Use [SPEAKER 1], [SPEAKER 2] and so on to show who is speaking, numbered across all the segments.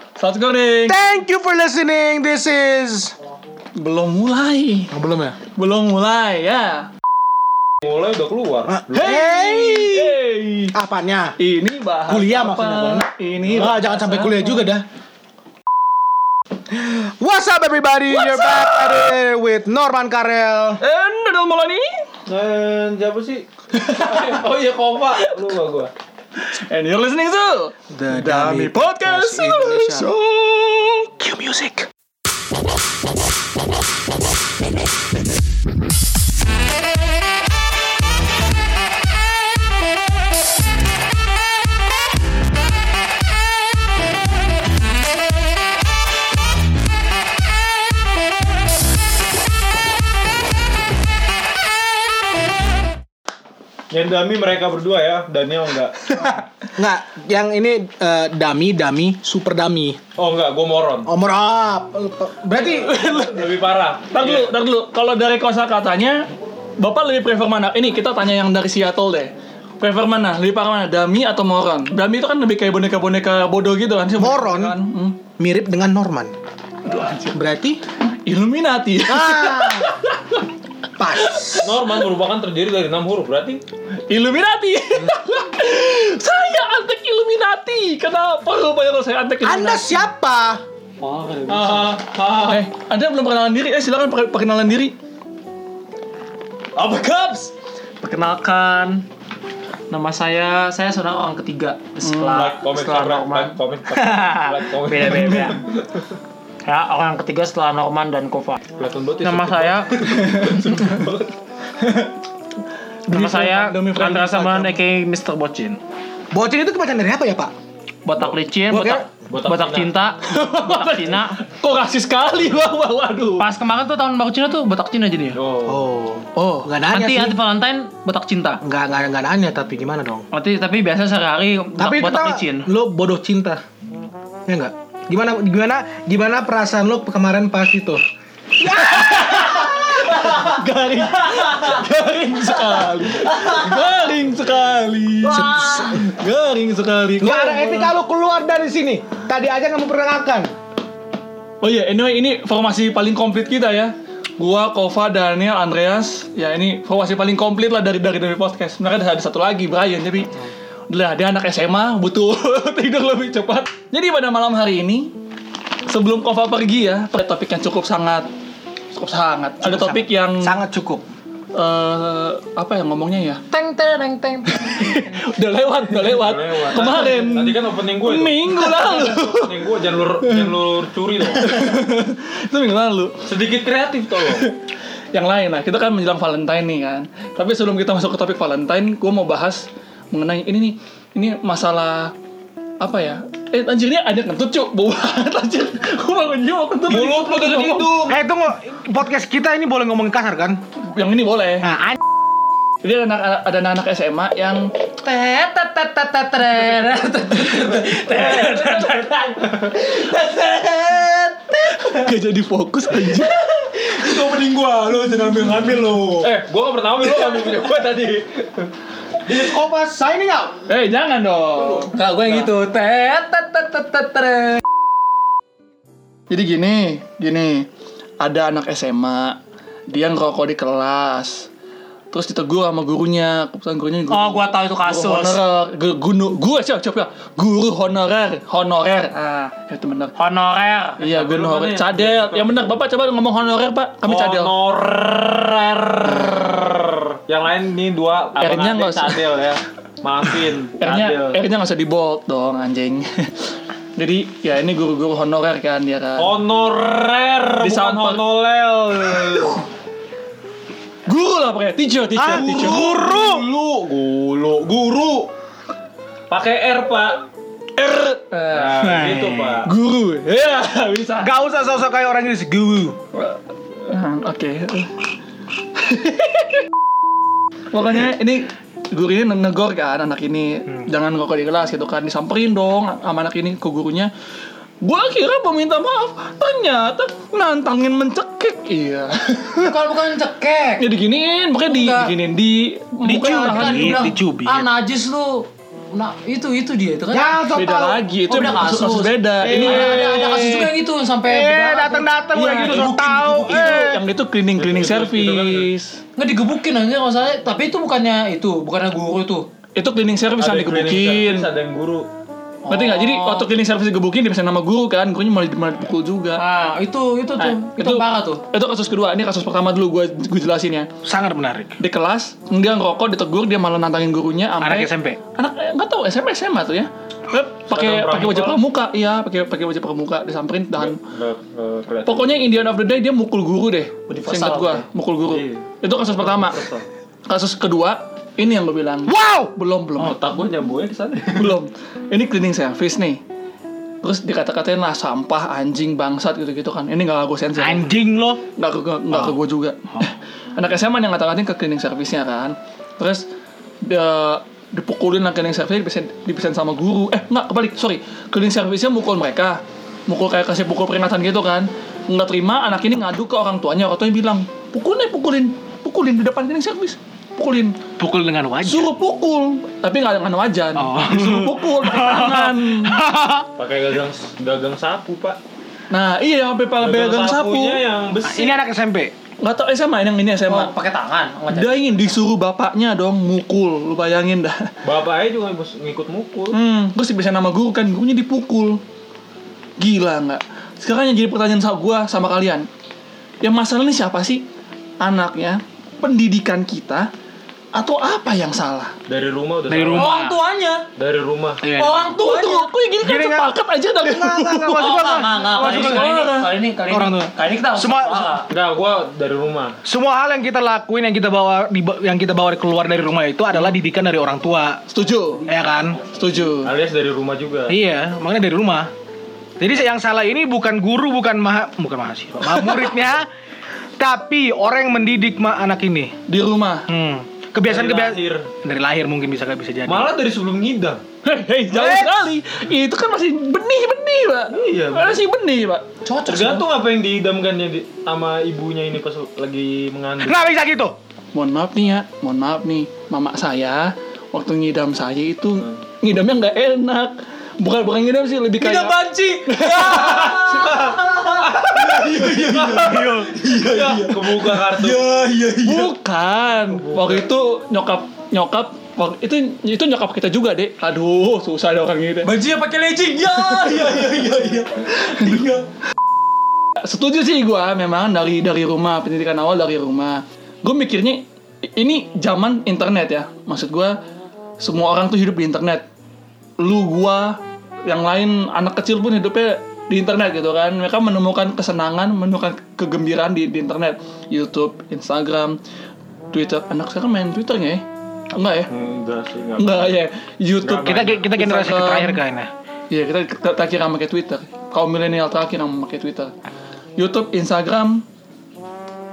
[SPEAKER 1] Hot Goreng.
[SPEAKER 2] Thank you for listening. This is
[SPEAKER 1] Belum mulai.
[SPEAKER 2] oh, belum ya.
[SPEAKER 1] Belum mulai ya.
[SPEAKER 3] Mulai udah keluar.
[SPEAKER 2] Hey,
[SPEAKER 1] Hey.
[SPEAKER 2] apanya?
[SPEAKER 1] Ini bahas
[SPEAKER 2] Kuliah
[SPEAKER 1] apa?
[SPEAKER 2] maksudnya, Bang.
[SPEAKER 1] Ini
[SPEAKER 2] Wah,
[SPEAKER 1] bahas
[SPEAKER 2] jangan sampai
[SPEAKER 1] apa?
[SPEAKER 2] kuliah juga dah. What's up everybody? You're back at it with Norman Karel.
[SPEAKER 1] And Nadal Molani.
[SPEAKER 3] Dan siapa sih? oh iya Kova. Lupa gua.
[SPEAKER 1] And you're listening to
[SPEAKER 2] The
[SPEAKER 1] Dami Podcast.
[SPEAKER 2] Indonesia.
[SPEAKER 1] So, cue music.
[SPEAKER 3] Yang dami mereka berdua ya, Daniel enggak.
[SPEAKER 2] Nggak, yang ini eh, Dami, Dami, Super Dami.
[SPEAKER 3] Oh enggak, gua moron.
[SPEAKER 2] Omor up. Berarti
[SPEAKER 3] Lebih parah.
[SPEAKER 1] Ntar dulu, ntar dulu. Kalau dari kosa katanya, Bapak lebih prefer mana? Ini kita tanya yang dari Seattle deh. Prefer mana? Lebih parah mana? Dami atau Moron? Dami itu kan lebih kayak boneka-boneka bodoh gitu kan. sih,
[SPEAKER 2] Moron?
[SPEAKER 1] Kan? Hmm.
[SPEAKER 2] mirip dengan Norman. Berarti
[SPEAKER 1] Illuminati.
[SPEAKER 2] ah, pas.
[SPEAKER 3] Norman merupakan terdiri dari 6 huruf berarti
[SPEAKER 1] Illuminati. saya antek Illuminati. Kenapa rupanya kalau saya antek
[SPEAKER 2] Anda
[SPEAKER 1] Illuminati?
[SPEAKER 2] siapa?
[SPEAKER 3] Ah, ah.
[SPEAKER 1] Eh, Anda belum perkenalan diri. Eh, silakan per- perkenalan diri. Apa kaps?
[SPEAKER 4] Perkenalkan, nama saya saya seorang orang ketiga
[SPEAKER 3] like
[SPEAKER 4] setelah
[SPEAKER 3] comment
[SPEAKER 4] setelah
[SPEAKER 3] subscribe,
[SPEAKER 4] Norman.
[SPEAKER 3] like comment subscribe, like
[SPEAKER 1] Hmm.
[SPEAKER 3] comment
[SPEAKER 4] beda beda. beda. ya orang ketiga setelah Norman dan Kova.
[SPEAKER 3] Kelihatan banget ya,
[SPEAKER 4] Nama
[SPEAKER 3] sakit
[SPEAKER 4] saya
[SPEAKER 3] banget.
[SPEAKER 4] nama saya
[SPEAKER 1] Demi friend-
[SPEAKER 4] Andra Samran aka Mr. Bocin.
[SPEAKER 2] Bocin itu kebacan dari apa ya, Pak?
[SPEAKER 4] Botak licin, botak
[SPEAKER 3] Botak
[SPEAKER 4] botak,
[SPEAKER 3] Cina.
[SPEAKER 4] cinta, botak Cina.
[SPEAKER 1] Kok rasis sekali? Wah, wah, waduh.
[SPEAKER 4] Pas kemarin tuh tahun baru Cina tuh botak Cina jadi ya.
[SPEAKER 3] Oh.
[SPEAKER 2] Oh.
[SPEAKER 1] Oh,
[SPEAKER 2] Enggak nanya
[SPEAKER 4] Anti
[SPEAKER 2] sih.
[SPEAKER 4] anti Valentine botak cinta.
[SPEAKER 2] Enggak enggak enggak nanya tapi gimana dong?
[SPEAKER 4] Nanti tapi biasa
[SPEAKER 2] Tapi
[SPEAKER 4] sehari-hari botak,
[SPEAKER 2] itu
[SPEAKER 4] botak
[SPEAKER 2] tau,
[SPEAKER 4] licin.
[SPEAKER 2] lo bodoh cinta. Ya enggak? Gimana gimana gimana perasaan lo kemarin pas itu?
[SPEAKER 1] garing. Garing sekali. Garing sekali. Garing sekali.
[SPEAKER 2] Enggak ada etika lo keluar dari sini. Tadi aja nggak memperkenalkan.
[SPEAKER 1] Oh iya, anyway ini formasi paling komplit kita ya. Gua, Kova, Daniel, Andreas. Ya ini formasi paling komplit lah dari dari dari podcast. Sebenarnya ada, ada satu lagi Brian, tapi udah dia anak SMA butuh tidur lebih cepat. Jadi pada malam hari ini sebelum Kova pergi ya, ada topik yang cukup sangat cukup sangat. ada topik yang
[SPEAKER 2] Sangat cukup.
[SPEAKER 1] eh, apa ya ngomongnya ya? udah lewat, udah lewat.
[SPEAKER 3] Udah lewat.
[SPEAKER 1] Kemarin
[SPEAKER 3] Tadi kan opening gue itu.
[SPEAKER 1] minggu lalu.
[SPEAKER 3] Opening gue jangan lu jangan lu curi loh.
[SPEAKER 1] itu minggu lalu.
[SPEAKER 3] Sedikit kreatif tolong.
[SPEAKER 1] yang lain lah kita kan menjelang Valentine nih kan tapi sebelum kita masuk ke topik Valentine gue mau bahas mengenai ini nih ini masalah apa ya eh anjir ini ada kentut cuk bau banget anjir gue bangun juga mau kentut
[SPEAKER 3] Mulut lu dengan hidung.
[SPEAKER 2] Eh tunggu, podcast kita ini boleh ngomongin kasar kan?
[SPEAKER 1] yang ini boleh
[SPEAKER 2] Nah, an-
[SPEAKER 1] jadi ada anak ada anak SMA yang gak jadi fokus anjir
[SPEAKER 3] Itu opening gue, lu jangan ambil ngambil lu. Eh, gue gak pernah ambil lu ambil punya gue tadi.
[SPEAKER 2] this is Kopas signing out.
[SPEAKER 1] eh jangan dong
[SPEAKER 4] Enggak gue yang gitu.
[SPEAKER 1] jadi gini gini ada anak SMA dia ngerokok di kelas terus ditegur sama gurunya kebetulan gurunya guru-
[SPEAKER 4] Oh, gua tahu itu
[SPEAKER 1] guru
[SPEAKER 4] kasus.
[SPEAKER 1] honorer Gu- guru gue siap siap ya guru honorer honorer ah itu benar
[SPEAKER 4] Honorer.
[SPEAKER 1] iya guru
[SPEAKER 3] dulu
[SPEAKER 1] honorer
[SPEAKER 3] mana ya?
[SPEAKER 1] cadel yang benar bapak coba ngomong honorer pak kami cadel
[SPEAKER 3] Honorer. Yang lain ini dua abang
[SPEAKER 1] R-nya
[SPEAKER 3] adik
[SPEAKER 1] nggak usah.
[SPEAKER 3] cadel ya. Maafin. cadel.
[SPEAKER 1] R-nya R-nya nggak usah di bold dong anjing jadi ya ini guru-guru honorer kan dia kan
[SPEAKER 5] Oh.
[SPEAKER 3] Honorer bukan
[SPEAKER 1] Disamper.
[SPEAKER 3] honolel.
[SPEAKER 1] guru lah pokoknya teacher teacher
[SPEAKER 2] Ah,
[SPEAKER 1] teacher
[SPEAKER 3] Guru, guru, guru. Pakai R, Pak.
[SPEAKER 1] R
[SPEAKER 3] Nah, gitu, Pak.
[SPEAKER 1] guru ya bisa
[SPEAKER 2] Gak usah sosok kayak orang Inggris, guru.
[SPEAKER 1] Hmm, Oke. Pokoknya ini guru ini negor kan anak ini jangan ngerokok di kelas gitu kan disamperin dong sama anak ini ke gurunya. Gua kira meminta maaf, ternyata nantangin mencekik. Iya.
[SPEAKER 4] Bukan bukan cekek.
[SPEAKER 1] Ya diginiin, pokoknya di,
[SPEAKER 4] Enggak.
[SPEAKER 1] diginiin di
[SPEAKER 4] Bukan,
[SPEAKER 1] bukan arahan.
[SPEAKER 4] bukan,
[SPEAKER 2] dicubit.
[SPEAKER 4] bilang, Ah najis lu. Nah, itu itu dia itu kan.
[SPEAKER 2] Ya, sok
[SPEAKER 1] beda
[SPEAKER 2] tahu.
[SPEAKER 1] lagi itu
[SPEAKER 4] Oh, beda
[SPEAKER 1] kasus, kasus
[SPEAKER 4] kasus. Iya.
[SPEAKER 1] beda
[SPEAKER 2] Eh,
[SPEAKER 1] ini
[SPEAKER 4] Ada, ada, ada kasus juga yang itu sampai
[SPEAKER 2] Eh,
[SPEAKER 4] berdarah tuh.
[SPEAKER 2] datang-datang udah
[SPEAKER 1] Iya,
[SPEAKER 2] gitu
[SPEAKER 1] dibukin,
[SPEAKER 2] sok tahu.
[SPEAKER 1] itu yang itu cleaning cleaning service
[SPEAKER 4] nggak digebukin aja kalau saya tapi itu bukannya itu bukannya guru itu
[SPEAKER 1] itu cleaning service yang
[SPEAKER 3] Ada yang
[SPEAKER 1] digebukin
[SPEAKER 3] klinik, Ada yang guru.
[SPEAKER 1] berarti nggak jadi waktu
[SPEAKER 4] Oh.
[SPEAKER 1] cleaning service digebukin dipesan nama guru kan gurunya malah malah dipukul juga
[SPEAKER 4] ah itu itu tuh
[SPEAKER 1] Nah,
[SPEAKER 4] itu, parah tuh
[SPEAKER 1] itu kasus kedua ini kasus pertama dulu gue gue jelasin ya
[SPEAKER 2] Sangat menarik.
[SPEAKER 1] di kelas dia ngerokok ditegur dia malah nantangin gurunya
[SPEAKER 2] Anak
[SPEAKER 1] sampai
[SPEAKER 2] SMP.
[SPEAKER 1] anak eh, nggak tahu SMA SMA tuh ya Dia pakai
[SPEAKER 3] Seragam
[SPEAKER 1] pakai wajah
[SPEAKER 3] pramuka.
[SPEAKER 1] pramuka iya pakai pakai wajah pramuka disamperin tahan
[SPEAKER 3] Nggak- nggak kelihatan.
[SPEAKER 1] pokoknya yang Indian of the Day dia mukul guru deh
[SPEAKER 4] Universal,
[SPEAKER 1] singkat gua
[SPEAKER 4] ya?
[SPEAKER 1] mukul guru
[SPEAKER 3] Iya.
[SPEAKER 1] itu kasus pertama kasus kedua ini yang gue bilang
[SPEAKER 2] Wow.
[SPEAKER 1] belum belum
[SPEAKER 3] Oh, otak gue nyambungnya ke sana.
[SPEAKER 1] belum ini cleaning service nih terus dikata-katain lah sampah anjing bangsat gitu-gitu kan ini nggak aku sensor
[SPEAKER 2] Anjing lo. Oh.
[SPEAKER 1] nggak ke nggak ke gue juga anak SMA yang ngata-ngatain ke cleaning service-nya kan terus dia- dipukulin lah cleaning service dipisahin, dipisahin sama guru eh nggak kebalik sorry cleaning service-nya mukul mereka mukul kayak kasih pukul peringatan gitu kan nggak terima anak ini ngadu ke orang tuanya orang tuanya bilang pukulin pukulin pukulin di depan cleaning service pukulin
[SPEAKER 2] Pukul dengan wajah.
[SPEAKER 1] suruh pukul tapi nggak dengan wajan
[SPEAKER 2] Oh.
[SPEAKER 1] suruh pukul pakai tangan
[SPEAKER 3] Pakai gagang gagang sapu, Pak.
[SPEAKER 1] nah iya sampai pakai pegang sapu
[SPEAKER 3] sapunya
[SPEAKER 5] ya.
[SPEAKER 3] yang besi.
[SPEAKER 2] Nah, Ini anak SMP.
[SPEAKER 1] nggak tahu SMA yang ini SMA
[SPEAKER 4] oh, pakai tangan nggak jadi.
[SPEAKER 1] Dia ingin disuruh bapaknya dong mukul, lu bayangin dah.
[SPEAKER 3] Bapaknya juga mus- ngikut mukul.
[SPEAKER 1] Hmm, terus bisa nama guru kan, gurunya dipukul. Gila nggak? Sekarang yang jadi pertanyaan sama gua sama kalian, yang masalah ini siapa sih? Anaknya, pendidikan kita, atau apa yang salah?
[SPEAKER 3] Dari rumah udah
[SPEAKER 2] Dari
[SPEAKER 3] salah.
[SPEAKER 2] rumah.
[SPEAKER 4] orang tuanya
[SPEAKER 3] Dari rumah.
[SPEAKER 2] Iya.
[SPEAKER 4] orang
[SPEAKER 1] Tuh,
[SPEAKER 4] tuanya
[SPEAKER 1] tuh, aku yang gini kan
[SPEAKER 2] Gini, nggak?
[SPEAKER 1] sepakat aja dari
[SPEAKER 2] Nggak, nggak, nggak,
[SPEAKER 4] Oh,
[SPEAKER 2] maksud gua,
[SPEAKER 4] enggak, enggak, enggak.
[SPEAKER 2] maksud gua,
[SPEAKER 4] Kali ini,
[SPEAKER 1] orang.
[SPEAKER 4] kali ini, kali ini,
[SPEAKER 2] Orang tua.
[SPEAKER 4] kali ini kita harus
[SPEAKER 2] Semua-
[SPEAKER 4] salah.
[SPEAKER 3] Enggak, gue dari rumah.
[SPEAKER 2] Semua hal yang kita lakuin, yang kita bawa, di- yang kita bawa keluar dari rumah itu adalah didikan dari orang tua,
[SPEAKER 1] Setuju,
[SPEAKER 2] ya kan?
[SPEAKER 1] setuju.
[SPEAKER 3] Alias dari rumah juga.
[SPEAKER 2] Iya, makanya dari rumah. Jadi yang salah ini bukan guru, bukan maha, bukan mahasiswa, maha muridnya, tapi orang yang mendidik ma- anak ini.
[SPEAKER 1] Di rumah.
[SPEAKER 2] Hmm. Kebiasaan
[SPEAKER 3] Dari
[SPEAKER 2] kebiasaan
[SPEAKER 3] lahir.
[SPEAKER 2] dari lahir mungkin bisa bisa jadi.
[SPEAKER 3] Malah dari sebelum ngidam.
[SPEAKER 1] Hei, hei, jauh
[SPEAKER 2] Eh.
[SPEAKER 1] sekali. Itu kan masih benih-benih, Pak.
[SPEAKER 3] Iya, bener.
[SPEAKER 1] Masih benih, Pak.
[SPEAKER 4] Cocok sih.
[SPEAKER 3] Tergantung apa yang diidamkannya di, sama ibunya ini pas lagi mengandung.
[SPEAKER 2] Kenapa bisa gitu?
[SPEAKER 1] mohon maaf nih ya, mohon maaf nih, mama saya waktu ngidam saya itu ngidamnya nggak enak. Bukan bukan ngidam sih, lebih kayak
[SPEAKER 4] Tidak banci.
[SPEAKER 3] Iya, Kebuka kartu.
[SPEAKER 2] Iya.
[SPEAKER 1] bukan. Waktu itu nyokap nyokap waktu itu itu nyokap kita juga, Dek. Aduh, susah ada orang gitu.
[SPEAKER 4] Bajunya pakai lecing. Ya, ya, ya, ya, ya.
[SPEAKER 1] Setuju sih gua memang dari dari rumah, pendidikan awal dari rumah. Gue mikirnya i- ini zaman internet ya. Maksud gua semua orang tuh hidup di internet. Lu gua yang lain anak kecil pun hidupnya di internet gitu kan. Mereka menemukan kesenangan, menemukan kegembiraan di, di internet. YouTube, Instagram, Twitter. Anak sekarang main Twitter nggak ya? Enggak ya?
[SPEAKER 3] Enggak sih, enggak.
[SPEAKER 1] Enggak ya. YouTube
[SPEAKER 2] Kita kita generasi
[SPEAKER 1] Instagram.
[SPEAKER 2] terakhir kayaknya.
[SPEAKER 1] Iya kita ter- terakhir yang pakai Twitter. Kaum milenial terakhir yang pakai Twitter. YouTube, Instagram,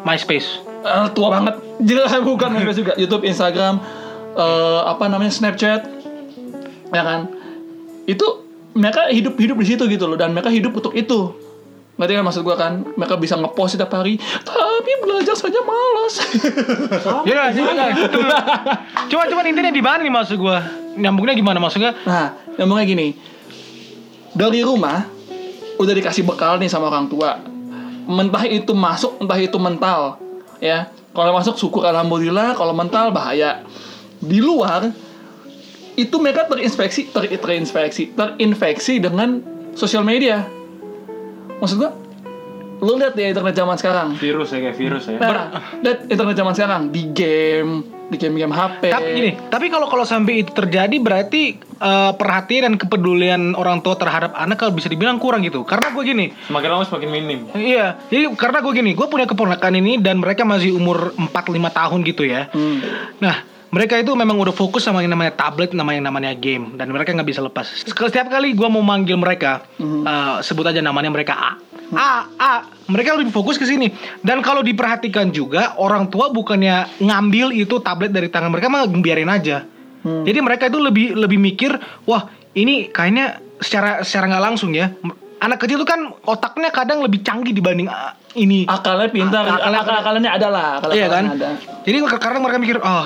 [SPEAKER 2] MySpace.
[SPEAKER 1] eh, tua banget. Jelas bukan MySpace juga. YouTube, Instagram, eh, apa namanya Snapchat, ya kan? Itu mereka hidup hidup di situ gitu loh dan mereka hidup untuk itu. Ngerti kan maksud gua kan? Mereka bisa ngepost setiap hari, tapi belajar saja malas.
[SPEAKER 2] Ya, Cuma cuman intinya di mana nih maksud gua? Nyambungnya gimana maksudnya?
[SPEAKER 1] Nah, ngomongnya gini. Dari rumah udah dikasih bekal nih sama orang tua. Mentah itu masuk, entah itu mental, ya. Kalau masuk syukur alhamdulillah, kalau mental bahaya. Di luar itu mereka terinspeksi, ter, terinspeksi, terinfeksi dengan sosial media. Maksud gua, lu lihat di internet zaman sekarang.
[SPEAKER 3] Virus ya kayak virus ya.
[SPEAKER 1] Nah, lihat internet zaman sekarang di game, di game-game HP.
[SPEAKER 2] Tapi gini, tapi kalau kalau sampai itu terjadi berarti eh, perhatian dan kepedulian orang tua terhadap anak kalau bisa dibilang kurang gitu. Karena gua gini,
[SPEAKER 3] Semakin lama semakin minim.
[SPEAKER 2] Iya, jadi karena gue gini, gue punya keponakan ini dan mereka masih umur 4-5 tahun gitu ya.
[SPEAKER 1] Hmm.
[SPEAKER 2] Nah, mereka itu memang udah fokus sama yang namanya tablet, nama yang namanya game, dan mereka nggak bisa lepas. Setiap kali gue mau manggil mereka, eh, sebut aja namanya mereka A. A, A, mereka lebih fokus ke sini. Dan kalau diperhatikan juga, orang tua bukannya ngambil itu tablet dari tangan mereka, malah biarin aja. Jadi mereka itu lebih lebih mikir, wah ini kayaknya secara secara nggak langsung ya. Anak kecil itu kan otaknya kadang lebih canggih dibanding ah, ini
[SPEAKER 1] akalnya pintar,
[SPEAKER 2] Akal-
[SPEAKER 1] akal akalannya ada lah, akal
[SPEAKER 2] iya kan?
[SPEAKER 1] akalannya ada.
[SPEAKER 2] Jadi kadang mereka mikir, oh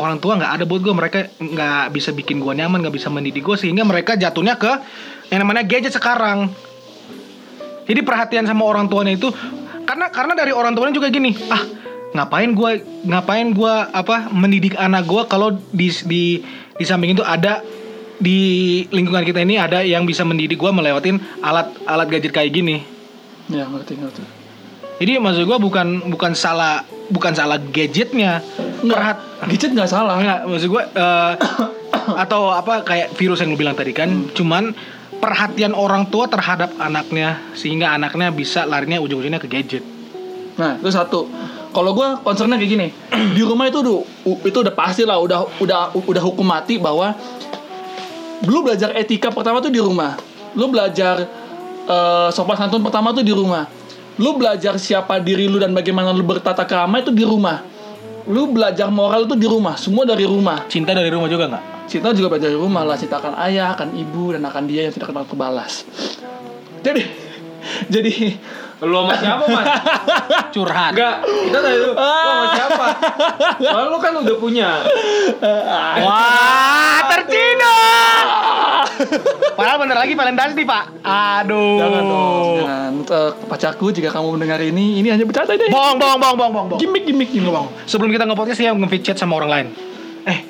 [SPEAKER 2] orang tua nggak ada buat gue mereka nggak bisa bikin gue nyaman nggak bisa mendidik gue sehingga mereka jatuhnya ke yang namanya gadget sekarang jadi perhatian sama orang tuanya itu karena karena dari orang tuanya juga gini ah ngapain gue ngapain gue apa mendidik anak gue kalau di di di samping itu ada di lingkungan kita ini ada yang bisa mendidik gue melewatin alat alat gadget kayak gini
[SPEAKER 1] ya ngerti ngerti
[SPEAKER 2] jadi maksud gue bukan bukan salah bukan salah gadgetnya
[SPEAKER 1] Nggak,
[SPEAKER 2] perhat
[SPEAKER 1] gadget nggak salah
[SPEAKER 2] Enggak, maksud gue eh, atau apa kayak virus yang lu bilang tadi kan, cuman perhatian orang tua terhadap anaknya sehingga anaknya bisa larinya ujung-ujungnya ke gadget.
[SPEAKER 1] Nah, itu satu. Kalau gue concernnya kayak gini, di rumah itu udah itu udah pasti lah, udah udah udah hukum mati bahwa lu belajar etika pertama tuh di rumah, lu belajar eh, sopan santun pertama tuh di rumah, lu belajar siapa diri lu dan bagaimana lu bertata krama itu di rumah, lu belajar moral itu di rumah, semua dari rumah.
[SPEAKER 2] Cinta dari rumah juga nggak?
[SPEAKER 1] Cinta juga belajar dari rumah lah, cinta akan ayah, akan ibu dan akan dia yang tidak kenal kebalas. Jadi jadi
[SPEAKER 4] Lu sama siapa, Mas?
[SPEAKER 2] Curhat.
[SPEAKER 4] Enggak, kita tadi lu, lu sama
[SPEAKER 2] Ah.
[SPEAKER 4] siapa? Soalnya lu kan udah punya.
[SPEAKER 2] Wah, tercina. Padahal bener lagi Valentasi pak. Aduh.
[SPEAKER 1] Jangan dong. Jangan. Eh, pacarku jika kamu mendengar ini, ini hanya bercanda deh.
[SPEAKER 2] Bohong, bohong, bohong, bohong, bohong, bohong.
[SPEAKER 1] Gimik, gimik, gimik. Bang.
[SPEAKER 2] Sebelum kita nge-podcast saya nge chat sama orang lain. Eh,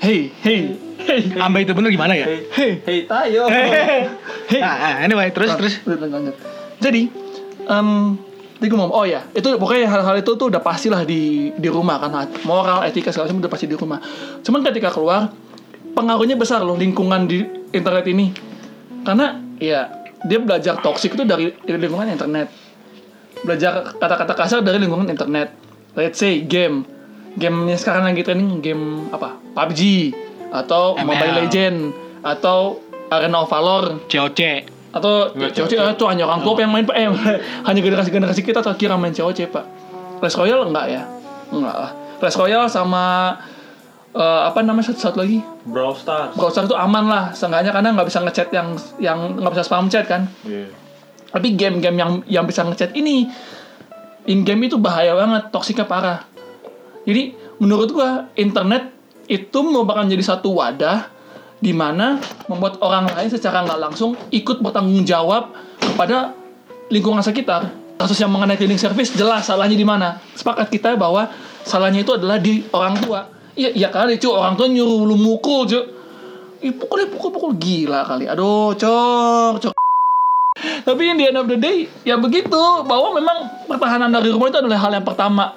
[SPEAKER 1] Hey, hey, hey, hey,
[SPEAKER 2] ambil itu bener gimana ya?
[SPEAKER 1] hey,
[SPEAKER 4] Hei, tayo.
[SPEAKER 1] hey.
[SPEAKER 2] Ah, ah, anyway,
[SPEAKER 1] Nah,
[SPEAKER 2] terus, terus.
[SPEAKER 1] Lanjut, lanjut. Jadi, em tadi gue mau, oh ya, itu pokoknya hal-hal itu tuh udah pastilah di di rumah kan, moral, etika segala macam udah pasti di rumah. Cuman ketika keluar, pengaruhnya besar loh lingkungan di internet ini, karena ya dia belajar toksik itu dari, dari lingkungan internet, belajar kata-kata kasar dari lingkungan internet. Let's say game, gamenya sekarang lagi trending game apa? PUBG atau
[SPEAKER 2] ML.
[SPEAKER 1] Mobile Legend atau Arena of Valor
[SPEAKER 2] COC.
[SPEAKER 1] atau COC ah, itu hanya orang tua yang main pak eh, hanya generasi generasi kita terakhir yang main COC pak Clash Royale enggak ya enggak lah Clash Royale sama eh, apa namanya satu, satu lagi
[SPEAKER 3] Brawl Stars.
[SPEAKER 1] browser itu aman lah seenggaknya karena nggak bisa ngechat yang yang nggak bisa spam chat kan
[SPEAKER 3] Iya.
[SPEAKER 1] tapi game-game yang yang bisa ngechat ini in game itu bahaya banget toksiknya parah jadi menurut gua internet itu merupakan jadi satu wadah di mana membuat orang lain secara nggak langsung ikut bertanggung jawab kepada lingkungan sekitar kasus yang mengenai cleaning service jelas salahnya di mana sepakat kita bahwa salahnya itu adalah di orang tua iya iya kali cu orang tua nyuruh lu mukul cu Ih, pukul deh, pukul pukul gila kali aduh cok cok tapi in the end of the day ya begitu bahwa memang pertahanan dari rumah itu adalah hal yang pertama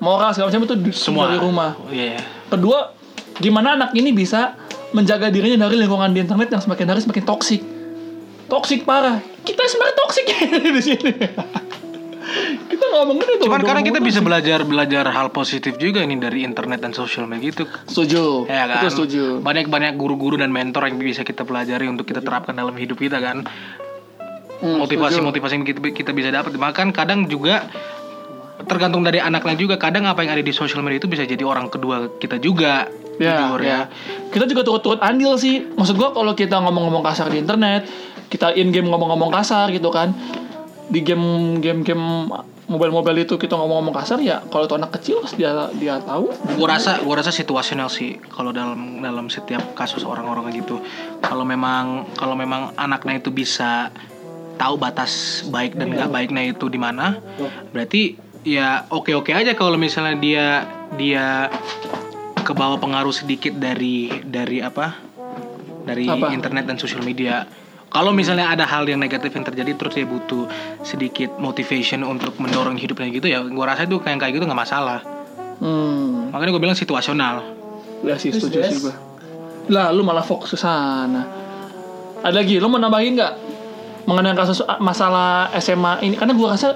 [SPEAKER 1] moral segala macam itu di-
[SPEAKER 2] Semua.
[SPEAKER 1] dari rumah
[SPEAKER 2] Iya.
[SPEAKER 1] kedua gimana anak ini bisa menjaga dirinya dari lingkungan di internet yang semakin hari semakin toksik toksik parah kita sebenarnya toksik di sini kita ngomongin itu
[SPEAKER 2] Cuman kan-
[SPEAKER 1] udah
[SPEAKER 2] karena kita
[SPEAKER 1] ngomongin
[SPEAKER 2] bisa belajar belajar hal positif juga ini dari internet dan sosial media gitu.
[SPEAKER 1] setuju
[SPEAKER 2] Ya kan?
[SPEAKER 1] itu setuju
[SPEAKER 2] Banyak-banyak guru-guru dan mentor yang bisa kita pelajari untuk kita terapkan dalam hidup kita kan.
[SPEAKER 1] Hmm, setuju.
[SPEAKER 2] Motivasi-motivasi yang kita, kita bisa dapat. Bahkan kadang juga tergantung dari anaknya juga. Kadang apa yang ada di sosial media itu bisa jadi orang kedua kita juga.
[SPEAKER 1] Ya,
[SPEAKER 2] jujur
[SPEAKER 1] ya. Kita juga turut-turut andil sih. Maksud gua kalau kita ngomong-ngomong kasar di internet, kita in game ngomong-ngomong kasar gitu kan. Di game game game mobile-mobile itu kita ngomong-ngomong kasar ya kalau itu anak kecil dia dia tahu.
[SPEAKER 2] Gue rasa gue rasa situasional sih kalau dalam dalam setiap kasus orang-orang kayak gitu. Kalau memang kalau memang anaknya itu bisa tahu batas baik dan nggak baiknya itu di mana, berarti ya oke-oke aja kalau misalnya dia dia ke bawah pengaruh sedikit dari dari apa? dari
[SPEAKER 1] Apa?
[SPEAKER 2] internet dan sosial media. Kalau misalnya ada hal yang negatif yang terjadi terus dia butuh sedikit motivation untuk mendorong hidupnya gitu ya, gue rasa itu kayak kayak gitu nggak masalah.
[SPEAKER 1] Hmm,
[SPEAKER 2] Makanya gue bilang situasional.
[SPEAKER 1] ya sih setuju sih gua. Lah lu malah fokus ke sana. Ada lagi, lu mau nambahin nggak mengenai kasus masalah SMA ini? Karena gua rasa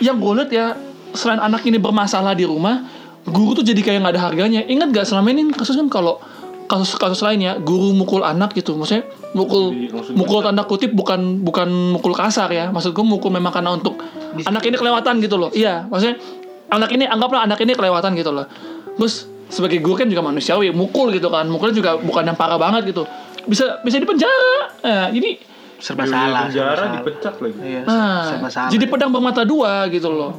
[SPEAKER 1] yang gue lihat ya selain anak ini bermasalah di rumah, guru tuh jadi kayak nggak ada harganya. Ingat gak selama ini kasus kan kalau kasus-kasus lain ya guru mukul anak gitu maksudnya mukul
[SPEAKER 3] Jadi langsung
[SPEAKER 1] mukul tanda kutip bukan bukan mukul kasar ya maksud gue mukul memang karena untuk anak ini kelewatan gitu loh iya maksudnya anak ini anggaplah anak ini kelewatan gitu loh terus sebagai guru kan juga manusiawi mukul gitu kan mukulnya juga bukan yang parah banget gitu bisa bisa dipenjara nah, jadi
[SPEAKER 2] Serba
[SPEAKER 5] Iya,
[SPEAKER 3] Di
[SPEAKER 2] salah. serba
[SPEAKER 3] penjara
[SPEAKER 2] salah.
[SPEAKER 3] dipecat lagi.
[SPEAKER 2] Iya, ser-
[SPEAKER 1] Nah,
[SPEAKER 2] serba salah.
[SPEAKER 1] jadi pedang bermata dua gitu loh.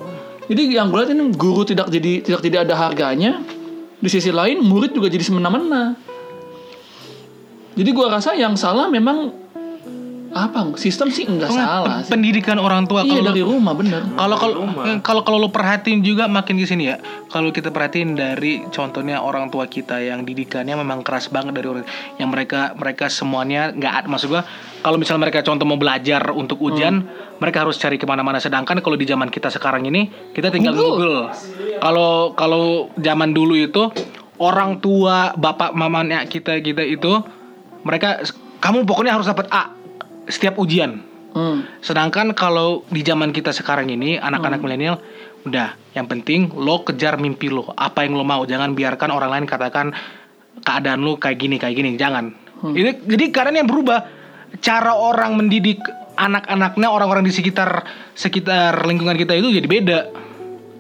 [SPEAKER 1] Jadi yang gue lihat ini guru tidak jadi tidak tidak ada harganya. Di sisi lain murid juga jadi semena-mena. Jadi gua rasa yang salah memang apa sistem sih enggak salah sih.
[SPEAKER 2] pendidikan orang tua
[SPEAKER 1] Iya
[SPEAKER 2] kalau
[SPEAKER 1] dari rumah bener.
[SPEAKER 2] kalau kalau eh,
[SPEAKER 4] Rumah.
[SPEAKER 2] kalau kalau lo perhatiin juga makin ke sini ya. Kalau kita perhatiin dari contohnya orang tua kita yang didikannya memang keras banget dari orang yang mereka mereka semuanya nggak ad- maksud gua kalau misalnya mereka contoh mau belajar untuk ujian, mereka harus cari kemana-mana. Sedangkan kalau di zaman kita sekarang ini kita tinggal Google. Kalau kalau zaman dulu itu orang tua bapak mamanya kita kita itu mereka kamu pokoknya harus dapat A setiap ujian.
[SPEAKER 1] Hmm.
[SPEAKER 2] Sedangkan kalau di zaman kita sekarang ini anak-anak milenial udah yang penting lo kejar mimpi lo, apa yang lo mau, jangan biarkan orang lain katakan keadaan lo kayak gini kayak gini, jangan. Jadi jadi keadaan yang berubah cara orang mendidik anak-anaknya orang-orang di sekitar sekitar lingkungan kita itu jadi beda.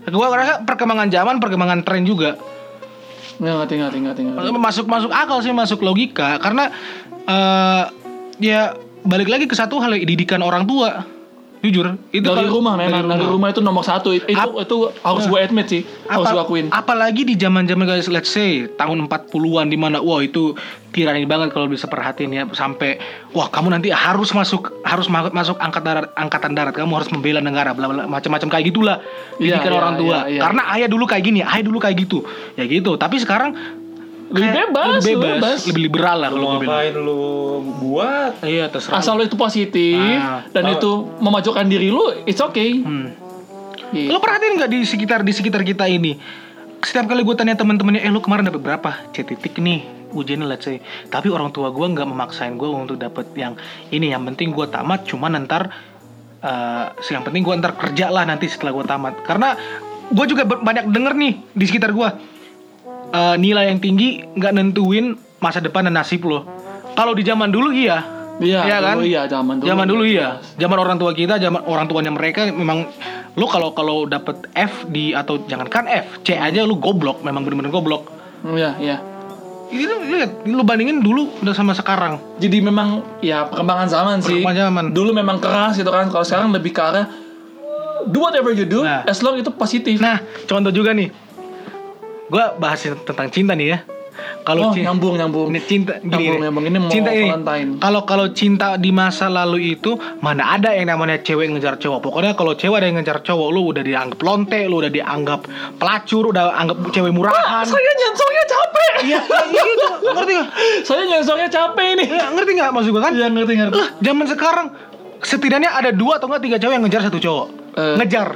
[SPEAKER 2] Gua rasa perkembangan zaman, perkembangan tren juga
[SPEAKER 1] Nggak ngerti ngerti ngerti ngerti.
[SPEAKER 2] masuk masuk akal sih masuk logika karena eh, ya balik lagi ke satu hal ya, didikan orang tua jujur itu
[SPEAKER 1] Dari
[SPEAKER 2] kalau-
[SPEAKER 1] rumah memang dari rumah itu nomor satu itu
[SPEAKER 2] Ap- Nah.
[SPEAKER 1] itu harus gue admit sih harus
[SPEAKER 2] Apa-
[SPEAKER 1] gue akuin.
[SPEAKER 2] apalagi di zaman zaman guys let's say tahun 40-an di mana wah itu tirani banget kalau bisa perhatiin ya sampai wah kamu nanti harus masuk harus ma- masuk angkatan darat, angkatan darat kamu harus membela negara bla bla macam-macam kayak gitulah
[SPEAKER 1] Iya,
[SPEAKER 2] didikan
[SPEAKER 1] iya,
[SPEAKER 2] orang tua
[SPEAKER 1] iya, iya.
[SPEAKER 2] karena ayah dulu kayak gini ayah dulu kayak gitu ya gitu tapi sekarang
[SPEAKER 1] Lebih
[SPEAKER 2] kayak-
[SPEAKER 1] bebas,
[SPEAKER 2] lebih
[SPEAKER 1] lebih
[SPEAKER 2] bebas,
[SPEAKER 1] bebas.
[SPEAKER 2] lebih liberal lah kalau
[SPEAKER 3] Lu
[SPEAKER 2] gue bilang
[SPEAKER 3] ngapain lu buat?
[SPEAKER 2] Iya terserah.
[SPEAKER 1] Asal lo itu positif
[SPEAKER 2] Ah,
[SPEAKER 1] dan
[SPEAKER 3] tahu.
[SPEAKER 1] itu memajukan diri lu, it's okay.
[SPEAKER 2] Hmm.
[SPEAKER 1] Iya.
[SPEAKER 2] Lo perhatiin nggak di sekitar di sekitar kita ini? Setiap kali gue tanya teman-temannya, eh lo kemarin dapat berapa? C titik nih ujiannya let's say. Tapi orang tua gue nggak memaksain gue untuk dapat yang ini. Yang penting gue tamat. Cuman ntar, eh, yang penting gue ntar kerja lah nanti setelah gue tamat. Karena gue juga ber- banyak denger nih di sekitar gue eh, nilai yang tinggi nggak nentuin masa depan dan nasib lo. Kalau di zaman dulu iya,
[SPEAKER 1] Iya,
[SPEAKER 2] Iya kan?
[SPEAKER 1] dulu iya, zaman dulu.
[SPEAKER 2] Zaman dulu iya. Zaman orang tua kita, zaman orang tuanya mereka memang lu kalau kalau dapet F di atau jangankan F, C aja lu goblok, memang bener-bener goblok.
[SPEAKER 1] Iya, iya.
[SPEAKER 2] Ini lu lihat, lu bandingin dulu udah sama sekarang.
[SPEAKER 1] Jadi memang ya perkembangan zaman sih.
[SPEAKER 2] Perkembangan zaman.
[SPEAKER 1] Dulu memang keras gitu kan. Kalau sekarang lebih ke arah do whatever you do
[SPEAKER 2] Nah.
[SPEAKER 1] as long itu positif.
[SPEAKER 2] Nah, contoh juga nih. Gua bahasin tentang cinta nih ya.
[SPEAKER 1] oh,
[SPEAKER 2] Kalau ci-
[SPEAKER 1] nyambung nyambung.
[SPEAKER 2] ini cinta
[SPEAKER 1] Nyambung,
[SPEAKER 2] gini, nih.
[SPEAKER 1] nyambung. Ini mau
[SPEAKER 2] cinta
[SPEAKER 1] Valentine.
[SPEAKER 2] Kalau kalau cinta di masa lalu itu mana ada yang namanya cewek ngejar cowok. Pokoknya kalau cewek ada yang ngejar cowok lu udah dianggap lonte, lu udah dianggap pelacur, udah anggap cewek murahan.
[SPEAKER 1] Saya nyensornya capek.
[SPEAKER 2] Iya, iya, iya gitu. Ngerti nggak?
[SPEAKER 1] Saya nyensornya capek ini.
[SPEAKER 2] Nggak, Ngerti nggak maksud gue kan?
[SPEAKER 1] Iya, ngerti ngerti.
[SPEAKER 2] Lah, zaman sekarang setidaknya ada dua atau nggak tiga cewek yang ngejar satu cowok.
[SPEAKER 1] Eh.
[SPEAKER 2] Ngejar.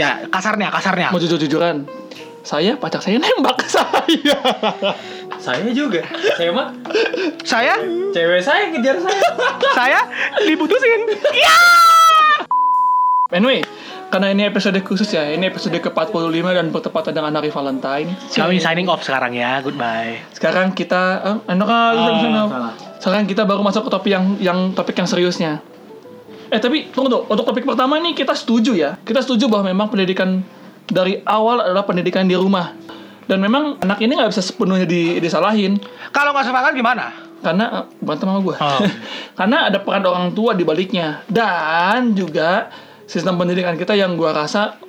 [SPEAKER 2] Ya, kasarnya, kasarnya.
[SPEAKER 1] Mau jujur-jujuran. Saya pacar saya nembak saya.
[SPEAKER 3] Saya juga. Saya mah
[SPEAKER 2] Saya,
[SPEAKER 3] cewek saya ngejar saya.
[SPEAKER 2] saya diputusin. Iya.
[SPEAKER 1] Anyway, karena ini episode khusus ya, ini episode ke-45 dan bertepatan dengan hari Valentine.
[SPEAKER 2] Kami signing off sekarang ya. Goodbye.
[SPEAKER 1] Sekarang kita eh, enak ah,
[SPEAKER 4] salah.
[SPEAKER 1] Sekarang kita baru masuk ke topik yang yang topik yang seriusnya. Eh tapi tunggu dong, untuk topik pertama nih kita setuju ya. Kita setuju bahwa memang pendidikan dari awal adalah pendidikan di rumah. Dan memang anak ini nggak bisa sepenuhnya di- disalahin
[SPEAKER 2] Kalau nggak sepakat gimana?
[SPEAKER 1] karena eh, berantem sama gue
[SPEAKER 2] Oh.
[SPEAKER 1] karena ada peran orang tua di baliknya dan juga sistem pendidikan kita yang gua rasa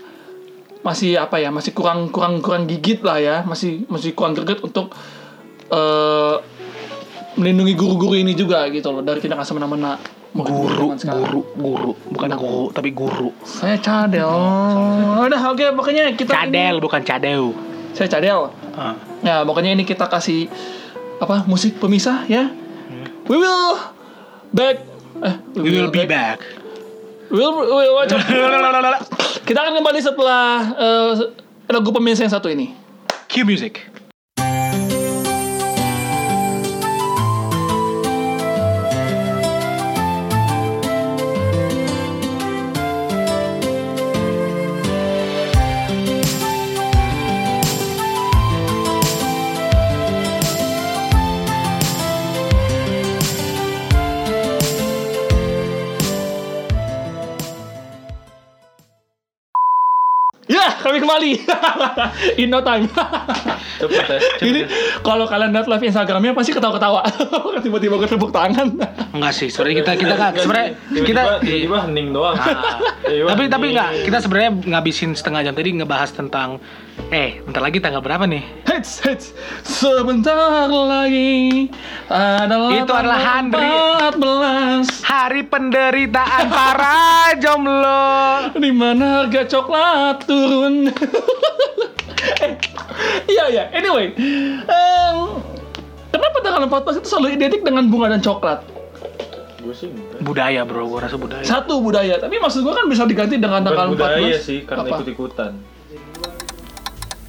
[SPEAKER 1] masih apa ya masih kurang kurang kurang gigit lah ya masih masih kurang greget untuk eh, melindungi guru-guru ini juga gitu loh dari tindakan semena-mena Mungkin
[SPEAKER 2] Guru,
[SPEAKER 1] zaman sekarang.
[SPEAKER 2] guru, guru. Bukan guru, tapi guru.
[SPEAKER 1] saya cadel udah oke pokoknya kita ini-
[SPEAKER 2] Oh, Cadel, bukan cadeu.
[SPEAKER 1] saya cadel
[SPEAKER 2] Ah.
[SPEAKER 1] Ya, pokoknya ini kita kasih apa musik pemisah ya.
[SPEAKER 2] Hmm.
[SPEAKER 1] We will back. Eh,
[SPEAKER 2] We will be back.
[SPEAKER 1] We'll, we'll watch out. kita akan kembali setelah eh, lagu pemisah yang satu ini.
[SPEAKER 2] Cue music.
[SPEAKER 1] Ya, kami kembali. In no time.
[SPEAKER 4] Cepet ya.
[SPEAKER 1] Jadi kalau kalian lihat live Instagramnya pasti ketawa-ketawa. Tiba-tiba gue tepuk tangan.
[SPEAKER 2] Enggak sih, sebenarnya kita kita kan
[SPEAKER 3] Nggak,
[SPEAKER 2] sebenarnya
[SPEAKER 3] tiba-tiba-
[SPEAKER 2] kita Ah.
[SPEAKER 3] tiba-tiba hening doang. Tiba-tiba
[SPEAKER 2] tapi tapi
[SPEAKER 3] hening.
[SPEAKER 2] enggak, kita sebenarnya ngabisin setengah jam tadi ngebahas tentang eh, bentar lagi tanggal berapa nih?
[SPEAKER 1] Hits, hits. Sebentar lagi adalah
[SPEAKER 2] Itu adalah Handri.
[SPEAKER 1] 14
[SPEAKER 2] Hari penderitaan para jomblo.
[SPEAKER 1] di mana harga coklat turun. Eh, Iya iya. Anyway, em, kenapa tanggal 14 itu selalu identik dengan bunga dan coklat?
[SPEAKER 3] Gue sih enggak.
[SPEAKER 2] Budaya, Bro. Gua rasa budaya.
[SPEAKER 1] Satu budaya. Tapi maksud gua kan bisa diganti dengan
[SPEAKER 3] Bukan
[SPEAKER 1] tanggal 14.
[SPEAKER 3] budaya sih karena
[SPEAKER 1] Apa?
[SPEAKER 3] ikut-ikutan.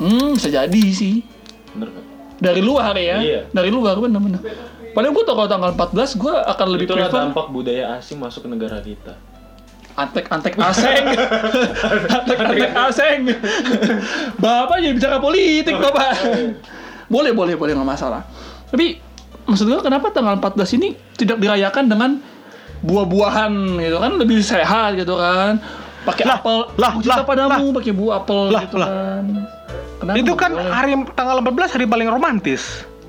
[SPEAKER 1] Hmm, bisa jadi sih.
[SPEAKER 3] Bener kan?
[SPEAKER 1] Dari luar ya.
[SPEAKER 3] Iya.
[SPEAKER 1] Dari luar benar-benar. Paling gue tau kalau tanggal 14 gue akan lebih
[SPEAKER 3] Itulah
[SPEAKER 1] prefer
[SPEAKER 3] dampak budaya asing masuk ke negara kita.
[SPEAKER 1] antek-antek aseng. antek-antek aseng. Bapak jadi bicara politik,
[SPEAKER 2] Oh,
[SPEAKER 1] Bapak.
[SPEAKER 2] iya.
[SPEAKER 1] boleh, boleh, boleh nggak masalah. Tapi maksud gue kenapa tanggal 14 ini tidak dirayakan dengan buah-buahan gitu kan lebih sehat gitu kan pakai
[SPEAKER 2] Lah,
[SPEAKER 1] apel
[SPEAKER 2] lah,
[SPEAKER 1] aku cinta
[SPEAKER 2] lah,
[SPEAKER 1] padamu pakai buah apel
[SPEAKER 2] Lah,
[SPEAKER 1] gitu
[SPEAKER 2] lah.
[SPEAKER 1] kan Kenapa
[SPEAKER 2] Itu
[SPEAKER 1] nggak
[SPEAKER 2] kan
[SPEAKER 1] boleh?
[SPEAKER 2] hari tanggal 14 hari paling romantis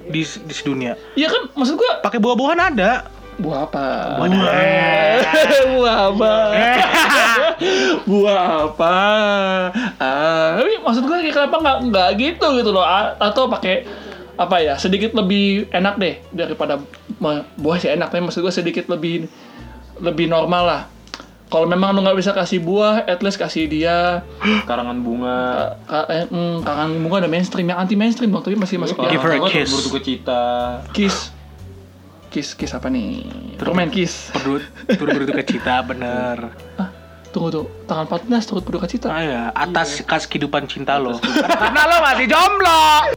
[SPEAKER 2] di di dunia.
[SPEAKER 1] iya kan maksud gua
[SPEAKER 2] Pakai buah-buahan ada. eh,
[SPEAKER 1] Buah apa?
[SPEAKER 2] Buah nanas.
[SPEAKER 1] Buah apa? Buah apa? Ah, tapi maksud gue kayak kenapa nggak nggak gitu gitu loh? A- Atau pakai apa ya? Sedikit lebih enak deh daripada me- buah sih enak, tapi maksud gue sedikit lebih lebih normal lah. Kalau memang lu nggak bisa kasih buah, at least kasih dia
[SPEAKER 3] Karangan bunga.
[SPEAKER 1] ka- ka- eh, hmm, kangen bunga ada mainstream yang anti mainstream dong, tapi masih masuk ya.
[SPEAKER 3] Karangan
[SPEAKER 2] Give her a
[SPEAKER 3] bunga
[SPEAKER 2] kiss.
[SPEAKER 3] Berduka cita.
[SPEAKER 1] kiss. Kiss, kiss apa nih? Permen kiss.
[SPEAKER 2] Perut turut berduka cita bener.
[SPEAKER 1] Hah? Tunggu tuh, tanggal 14 turut berduka cita.
[SPEAKER 2] Ah, ya, atas kas kehidupan cinta lo. Karena lo masih jomblo.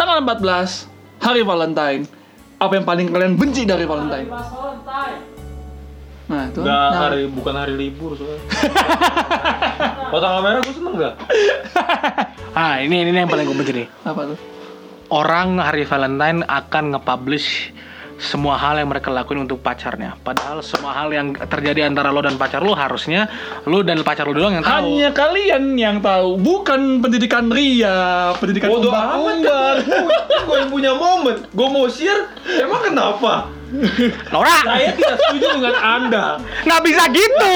[SPEAKER 1] Tanggal 14, hari Valentine. Apa yang paling kalian benci dari Valentine? Nah, itu kan.
[SPEAKER 3] Enggak
[SPEAKER 1] Nah,
[SPEAKER 3] hari bukan hari libur soalnya. Kalau tanggal merah gue seneng gak?
[SPEAKER 2] Ah, ini ini yang paling gue benci nih.
[SPEAKER 1] apa tuh?
[SPEAKER 2] Orang hari Valentine akan nge-publish semua hal yang mereka lakuin untuk pacarnya. Padahal semua hal yang terjadi antara lo dan pacar lo harusnya lo dan pacar lo doang yang tahu.
[SPEAKER 1] Hanya kalian yang tahu, bukan pendidikan Ria, pendidikan
[SPEAKER 3] Bodoh
[SPEAKER 1] umbar-umbar.
[SPEAKER 3] Gue yang punya momen. Gue mau share. Emang kenapa?
[SPEAKER 2] Laura,
[SPEAKER 3] Saya tidak setuju dengan anda.
[SPEAKER 2] nggak bisa gitu.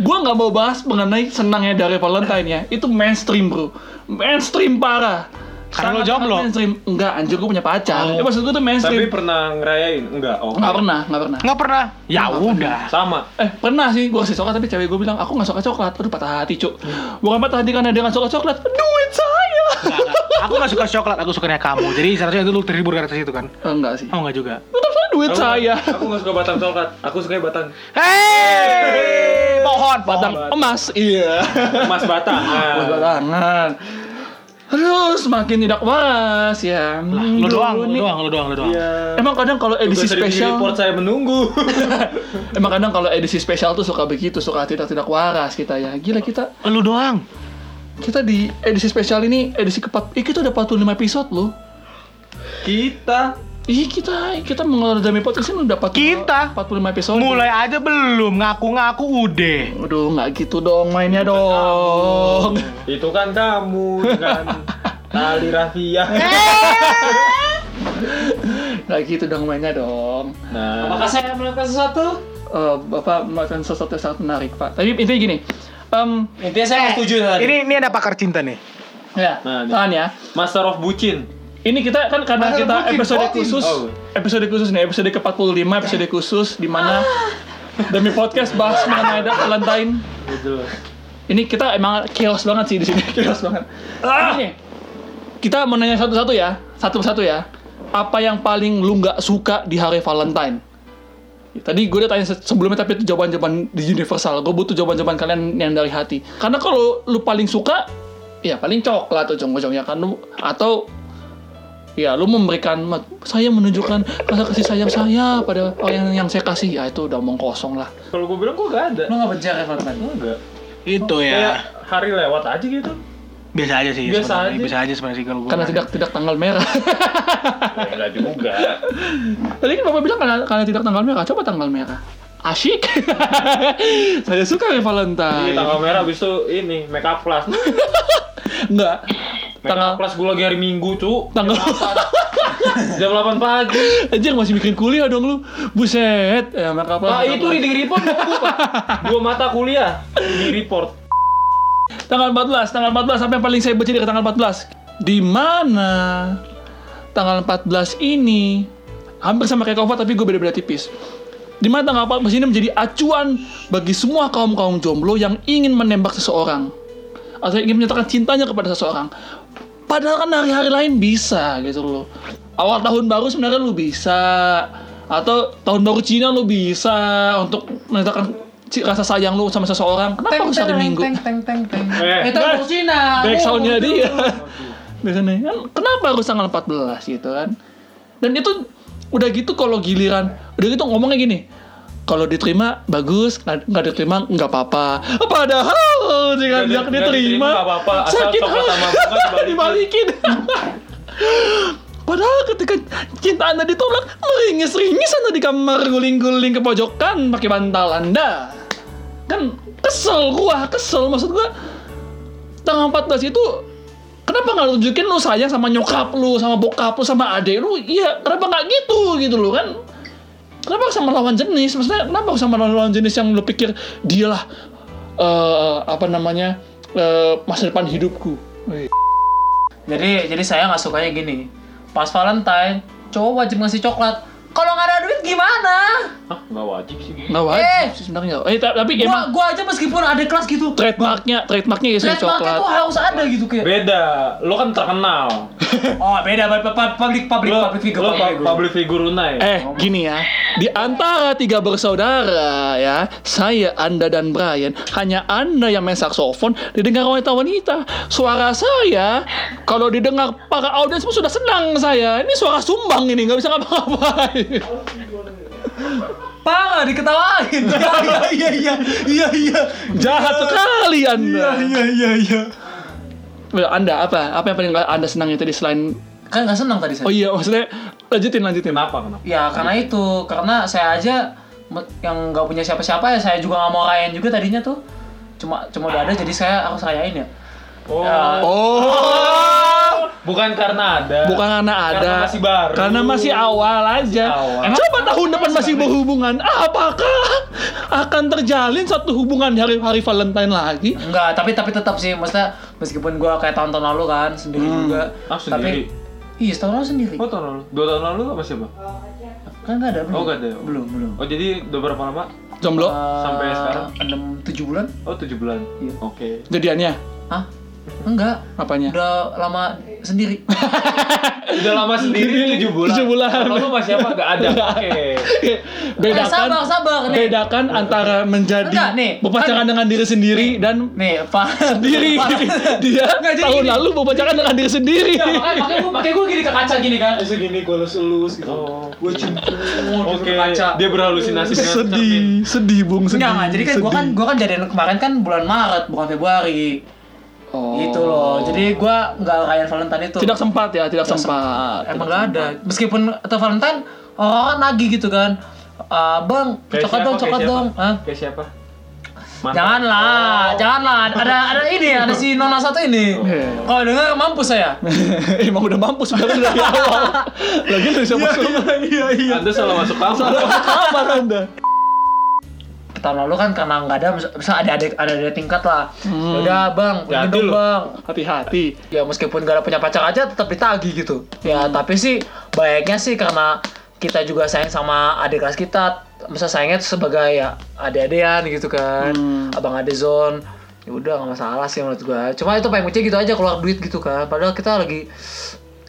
[SPEAKER 1] Gua nggak mau bahas mengenai senangnya dari Valentine ya. Itu mainstream, Bro. Mainstream parah.
[SPEAKER 2] Karena
[SPEAKER 1] Sangat-sangat
[SPEAKER 2] lo jomblo.
[SPEAKER 1] Mainstream. Enggak, anjir gue punya pacar.
[SPEAKER 2] Oh.
[SPEAKER 1] Ya, maksud gue
[SPEAKER 3] Tapi
[SPEAKER 1] tuh mainstream.
[SPEAKER 3] pernah ngerayain? Enggak. Oh,
[SPEAKER 1] Nggak pernah, nggak pernah.
[SPEAKER 2] Nggak pernah. Ya udah.
[SPEAKER 3] sama.
[SPEAKER 1] Eh pernah sih gue kasih coklat tapi cewek gue bilang aku nggak suka coklat. Aduh patah hati cuk. Bukan patah hati karena dia nggak suka coklat. Duit saya.
[SPEAKER 2] Nggak, nggak. Aku nggak suka coklat, aku sukanya kamu. Jadi seharusnya itu lu terhibur karena situ kan?
[SPEAKER 1] Eh, enggak sih.
[SPEAKER 2] Oh nggak juga.
[SPEAKER 1] Tetap saja duit
[SPEAKER 3] Aku-
[SPEAKER 1] saya.
[SPEAKER 3] Aku gak suka batang coklat. Aku suka batang
[SPEAKER 2] Hei, pohon,
[SPEAKER 1] Batang
[SPEAKER 2] pohon.
[SPEAKER 1] emas. Iya.
[SPEAKER 3] emas batang. Ah.
[SPEAKER 1] Buat batangan. Terus makin tidak waras ya.
[SPEAKER 2] Lah,
[SPEAKER 1] Hmm,
[SPEAKER 2] Lu doang,
[SPEAKER 1] dulu
[SPEAKER 2] lu
[SPEAKER 1] nih.
[SPEAKER 2] doang, lu doang, lu doang.
[SPEAKER 3] Iya.
[SPEAKER 1] Emang kadang kalau edisi
[SPEAKER 3] Tugas dari
[SPEAKER 1] spesial,
[SPEAKER 3] report saya menunggu.
[SPEAKER 1] emang kadang kalau edisi spesial tuh suka begitu, suka tidak tidak waras kita ya. Gila kita,
[SPEAKER 2] Lu doang.
[SPEAKER 1] kita di edisi spesial ini edisi keempat, eh, kita udah 45 episode loh.
[SPEAKER 3] Kita
[SPEAKER 1] Iya kita kita mengelola podcast ini udah 40,
[SPEAKER 2] Kita?
[SPEAKER 1] 45 episode.
[SPEAKER 2] Mulai aja belum ngaku-ngaku udah.
[SPEAKER 1] Aduh nggak gitu dong mainnya dong.
[SPEAKER 3] itu kan kamu dengan tali rafia.
[SPEAKER 4] Eh.
[SPEAKER 1] Nggak gitu dong mainnya dong.
[SPEAKER 3] Nah,
[SPEAKER 4] Apakah saya melakukan sesuatu?
[SPEAKER 1] Eh, Bapak melakukan sesuatu yang sangat menarik Pak. Tapi intinya gini. Em,
[SPEAKER 4] Intinya saya nggak setuju tadi.
[SPEAKER 2] Ini ini ada pakar cinta nih.
[SPEAKER 1] ya,
[SPEAKER 3] Nah, ini.
[SPEAKER 1] tahan ya.
[SPEAKER 3] Master of Bucin.
[SPEAKER 1] Ini kita kan karena
[SPEAKER 2] Masalah
[SPEAKER 1] kita
[SPEAKER 2] bucin,
[SPEAKER 1] episode
[SPEAKER 2] bucin.
[SPEAKER 1] khusus,
[SPEAKER 3] Oh.
[SPEAKER 1] episode khusus nih, episode ke-45, episode khusus di mana demi podcast bahas mengenai Dark Valentine.
[SPEAKER 3] Gitu.
[SPEAKER 1] Ini kita emang chaos banget sih di sini, chaos banget.
[SPEAKER 4] Ah!
[SPEAKER 1] Ini, kita mau nanya satu-satu ya, satu persatu ya. Apa yang paling lu nggak suka di hari Valentine? Tadi gue udah tanya se- sebelumnya tapi itu jawaban-jawaban di universal. Gue butuh jawaban-jawaban kalian yang dari hati. Karena kalau lu paling suka, ya paling coklat ujung-ujungnya kan lu atau ya lu memberikan mat- saya menunjukkan rasa kasih sayang saya pada orang yang, yang saya kasih ya itu udah omong kosong lah
[SPEAKER 3] Kalau gue bilang gue gak ada.
[SPEAKER 4] Lu nggak berjarak ya, Valentine?
[SPEAKER 3] Enggak.
[SPEAKER 2] Itu
[SPEAKER 3] Kayak
[SPEAKER 2] ya.
[SPEAKER 3] hari lewat aja gitu.
[SPEAKER 2] Biasa aja sih.
[SPEAKER 3] Biasa
[SPEAKER 2] sebenarnya.
[SPEAKER 3] aja.
[SPEAKER 2] Biasa aja sebenarnya sih kalau gua.
[SPEAKER 1] karena tidak tidak tanggal merah
[SPEAKER 4] Ya,
[SPEAKER 3] Enggak juga.
[SPEAKER 1] Tadi kan bapak bilang karena, karena tidak tanggal merah, coba tanggal merah. Asyik. Saya suka
[SPEAKER 3] Di tanggal
[SPEAKER 1] ya
[SPEAKER 5] Iya,
[SPEAKER 4] Iya.
[SPEAKER 1] Valentine.
[SPEAKER 3] merah abis itu ini make up class.
[SPEAKER 1] Enggak. Tanggal
[SPEAKER 4] Tanggal kelas gue lagi hari Minggu, cu.
[SPEAKER 1] tanggal
[SPEAKER 4] Jam 8 pagi.
[SPEAKER 1] Anjir masih mikirin kuliah dong lu. Buset. Ya, maka apa?
[SPEAKER 3] Ah,
[SPEAKER 4] Pak,
[SPEAKER 5] Nah,
[SPEAKER 4] itu reading report buku, Pak. Dua mata kuliah reading report.
[SPEAKER 1] Tanggal 14, tanggal 14 sampai yang paling saya baca di tanggal 14. Di mana tanggal 14 ini hampir sama kayak Kova tapi gue beda-beda tipis. Di mana tanggal 14 ini menjadi acuan bagi semua kaum-kaum jomblo yang ingin menembak seseorang atau ingin menyatakan cintanya kepada seseorang. Padahal kan hari-hari lain bisa gitu loh. Awal tahun baru sebenarnya lu bisa atau tahun baru Cina lu bisa untuk menyatakan ci- rasa sayang lu sama seseorang. Kenapa harus hari Minggu?
[SPEAKER 4] Eh,
[SPEAKER 1] itu back-
[SPEAKER 4] Cina.
[SPEAKER 1] back soundnya dia biasanya kan kenapa harus tanggal 14 gitu kan dan itu udah gitu kalau giliran udah gitu ngomongnya gini kalau diterima bagus nggak nggak diterima nggak apa-apa padahal dengan
[SPEAKER 4] Nggak
[SPEAKER 1] yang
[SPEAKER 4] di- nggak diterima,
[SPEAKER 1] diterima
[SPEAKER 4] nggak apa-apa. Asal
[SPEAKER 1] sakit
[SPEAKER 4] coklat sama bunga
[SPEAKER 1] hati
[SPEAKER 4] dibalikin.
[SPEAKER 1] dibalikin padahal ketika cinta anda ditolak meringis-ringis anda di kamar guling-guling ke pojokan pakai bantal anda kan kesel gua kesel maksud gua tanggal 14 itu kenapa nggak lu tunjukin lu sayang sama nyokap lu sama bokap lu sama adik lu iya kenapa nggak gitu gitu loh kan kenapa harus sama lawan jenis maksudnya kenapa harus sama lawan jenis yang lu pikir dialah eh apa namanya eh, masa depan hidupku Wih.
[SPEAKER 4] Jadi jadi saya nggak sukanya gini. Pas Valentine, cowok wajib ngasih coklat. Kalau nggak ada duit gimana?
[SPEAKER 3] Hah, ah, nggak wajib sih.
[SPEAKER 1] nggak wajib
[SPEAKER 4] Eh.
[SPEAKER 1] sih sebenarnya eh ta- tapi
[SPEAKER 4] Gua,
[SPEAKER 1] emang
[SPEAKER 4] gua aja meskipun ada kelas gitu.
[SPEAKER 1] trademarknya trademarknya ya sih
[SPEAKER 4] Trademarknya tuh
[SPEAKER 1] coklat
[SPEAKER 4] harus ada gitu kayak.
[SPEAKER 3] Beda, lo kan terkenal.
[SPEAKER 4] Oh beda, pa- pa- pa- public public
[SPEAKER 3] Lo,
[SPEAKER 4] public figure. gitu.
[SPEAKER 3] lo
[SPEAKER 4] public
[SPEAKER 3] pa-
[SPEAKER 4] figure.
[SPEAKER 3] public figure unai.
[SPEAKER 1] Eh, gini ya. Di antara tiga bersaudara ya, saya, Anda, dan Brian, hanya Anda yang main saksofon didengar wanita-wanita. Suara saya, kalau didengar para audiens pun sudah senang saya. Ini suara sumbang ini, nggak bisa ngapa-ngapain.
[SPEAKER 4] Parah diketawain.
[SPEAKER 3] iya iya iya iya.
[SPEAKER 1] Jahat sekali Anda.
[SPEAKER 3] iya iya.
[SPEAKER 1] Well, Anda, apa? Apa yang paling Anda senang tadi selain...
[SPEAKER 4] kan nggak senang tadi saya.
[SPEAKER 1] Oh iya, maksudnya... Lanjutin, lanjutin.
[SPEAKER 3] Kenapa kenapa?
[SPEAKER 4] Ya karena itu, karena saya aja me- yang nggak punya siapa-siapa ya saya juga nggak mau rayain juga tadinya tuh. Cuma cuma udah ada jadi saya harus rayain ya.
[SPEAKER 3] Oh,
[SPEAKER 4] Ya,
[SPEAKER 1] Oh,
[SPEAKER 3] bukan karena ada.
[SPEAKER 1] bukan karena ada.
[SPEAKER 3] Karena masih baru.
[SPEAKER 1] Karena masih awal aja.
[SPEAKER 3] Awal.
[SPEAKER 1] Emang Coba tahun depan masih berhubungan, apakah akan terjalin satu hubungan di hari-hari Valentine lagi?
[SPEAKER 4] Enggak, tapi tapi tetap sih, maksudnya meskipun gua kayak tahun-tahun lalu kan sendiri juga.
[SPEAKER 3] Ah, sendiri?
[SPEAKER 4] Tapi iya, tahun lalu sendiri.
[SPEAKER 3] Oh tahun lalu, dua tahun lalu apa siapa?
[SPEAKER 4] Kan enggak ada belum.
[SPEAKER 3] Oh, nggak ada.
[SPEAKER 4] Belum, belum.
[SPEAKER 3] Oh jadi udah berapa lama?
[SPEAKER 1] Jomblo
[SPEAKER 3] Sampai
[SPEAKER 4] Eh,
[SPEAKER 3] sekarang?
[SPEAKER 4] enam tujuh bulan?
[SPEAKER 3] Oh tujuh bulan.
[SPEAKER 4] Iya.
[SPEAKER 3] Oke.
[SPEAKER 1] jadiannya
[SPEAKER 4] Hah? Enggak.
[SPEAKER 1] apanya?
[SPEAKER 4] Udah lama sendiri.
[SPEAKER 3] Udah lama sendiri tujuh bulan.
[SPEAKER 1] Tujuh bulan.
[SPEAKER 3] Kalau masih apa nggak ada. Oke.
[SPEAKER 1] bedakan
[SPEAKER 4] Eh, sabar, sabar, nih.
[SPEAKER 1] bedakan antara menjadi
[SPEAKER 4] Enggak, nih. kan-
[SPEAKER 1] berpacaran dengan diri sendiri dan
[SPEAKER 4] Nih, Pak.
[SPEAKER 1] diri dia
[SPEAKER 4] Enggak, jadi
[SPEAKER 1] tahun
[SPEAKER 4] gini.
[SPEAKER 1] lalu berpacaran dengan diri sendiri.
[SPEAKER 4] Ya, makanya, makanya gue makanya gua gini ke kaca gini kan. Terus gini gue lus-lus gitu.
[SPEAKER 3] Oh.
[SPEAKER 4] Gue cincin
[SPEAKER 3] Oke.
[SPEAKER 4] ke kaca.
[SPEAKER 3] Dia berhalusinasi dengan cermin.
[SPEAKER 1] Eh, sedih, sedih bung, sedih.
[SPEAKER 4] Enggak, enggak. Jadi kan gue kan gua kan jadian kemarin kan bulan Maret, bukan Februari.
[SPEAKER 1] Oh.
[SPEAKER 4] Gitu loh. Jadi gue nggak rayain Valentine itu.
[SPEAKER 1] tidak sempat ya, tidak sempat.
[SPEAKER 4] Emang nggak ada. Meskipun atau Valentine orang lagi gitu kan. Ah, bang,
[SPEAKER 3] Kayak
[SPEAKER 4] coklat
[SPEAKER 3] siapa,
[SPEAKER 4] dong, coklat
[SPEAKER 3] kayak
[SPEAKER 4] dong.
[SPEAKER 3] siapa?
[SPEAKER 4] Hah?
[SPEAKER 3] Kayak siapa? Mantap. Oh.
[SPEAKER 4] Janganlah, janganlah. Ada ada ini, ada si Nona satu ini.
[SPEAKER 1] Iya.
[SPEAKER 4] Kalau dengar mampus saya.
[SPEAKER 1] Eh, Emang udah mampus sebenarnya dari awal. Lagi dari siapa suruh? Iya iya.
[SPEAKER 3] Anda salah masuk Oh, kamar.
[SPEAKER 1] Salah kamar Anda.
[SPEAKER 4] Tahun lalu kan karena nggak ada, bisa ada ada ada ada tingkat lah.
[SPEAKER 1] Hmm.
[SPEAKER 4] Udah bang,
[SPEAKER 3] Hati-hati
[SPEAKER 4] gitu
[SPEAKER 3] lu.
[SPEAKER 4] bang.
[SPEAKER 1] Hati-hati.
[SPEAKER 4] Ya meskipun nggak ada punya pacar aja tetap ditagi gitu.
[SPEAKER 1] Hmm.
[SPEAKER 4] Ya tapi sih baiknya sih karena kita juga sayang sama adik kelas kita. Masa sayangnya tuh sebagai ya adik-adian gitu kan.
[SPEAKER 1] Hmm.
[SPEAKER 4] Abang adik zone. Ya udah nggak masalah sih menurut gua. Cuma itu paling lucu gitu aja keluar duit gitu kan. Padahal kita lagi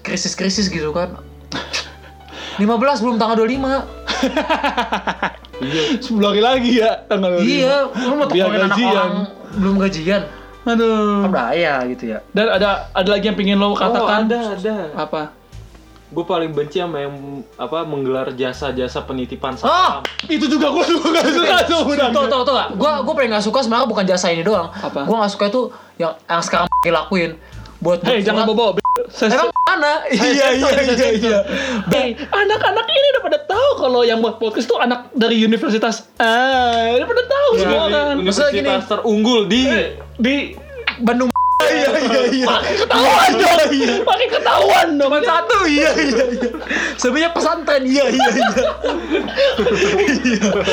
[SPEAKER 4] krisis-krisis gitu kan. 15 belum tanggal 25.
[SPEAKER 1] Iya. Sebelum hari lagi ya tanggal
[SPEAKER 4] Iya, lu mau
[SPEAKER 1] Biar
[SPEAKER 4] tokoin anak
[SPEAKER 1] gajian.
[SPEAKER 4] orang belum gajian.
[SPEAKER 1] 25. Aduh.
[SPEAKER 4] Kan bahaya gitu ya.
[SPEAKER 1] Dan ada ada lagi yang pingin lo
[SPEAKER 3] Oh,
[SPEAKER 1] katakan
[SPEAKER 3] ada, ada.
[SPEAKER 1] apa?
[SPEAKER 3] Gue paling benci sama yang apa menggelar jasa-jasa penitipan
[SPEAKER 4] Ah,
[SPEAKER 3] saham.
[SPEAKER 1] Itu juga gue juga gak suka tuh udah.
[SPEAKER 4] Tuh, tuh, tuh, gak? Gua, gua paling gak suka sebenarnya bukan jasa ini doang.
[SPEAKER 1] Apa?
[SPEAKER 4] Gua gak suka itu yang yang sekarang lakuin. Buat
[SPEAKER 1] Hei jangan bobo. b****.
[SPEAKER 4] buat-
[SPEAKER 1] Saya
[SPEAKER 4] Emang mana?
[SPEAKER 1] Iya iya iya iya. Hei, anak-anak ini udah pada tahu kalau yang buat podcast tuh anak dari universitas. Eh, udah pada tahu semua kan.
[SPEAKER 4] Maksudnya gini. Eh,
[SPEAKER 3] Universitas terunggul di
[SPEAKER 1] Di
[SPEAKER 4] Bandung.
[SPEAKER 1] Iya,
[SPEAKER 3] iya iya.
[SPEAKER 1] ketahuan dong makin ketahuan dong
[SPEAKER 3] Cuma satu iya iya iya.
[SPEAKER 4] Sebenarnya pesantren
[SPEAKER 3] Iya iya iya.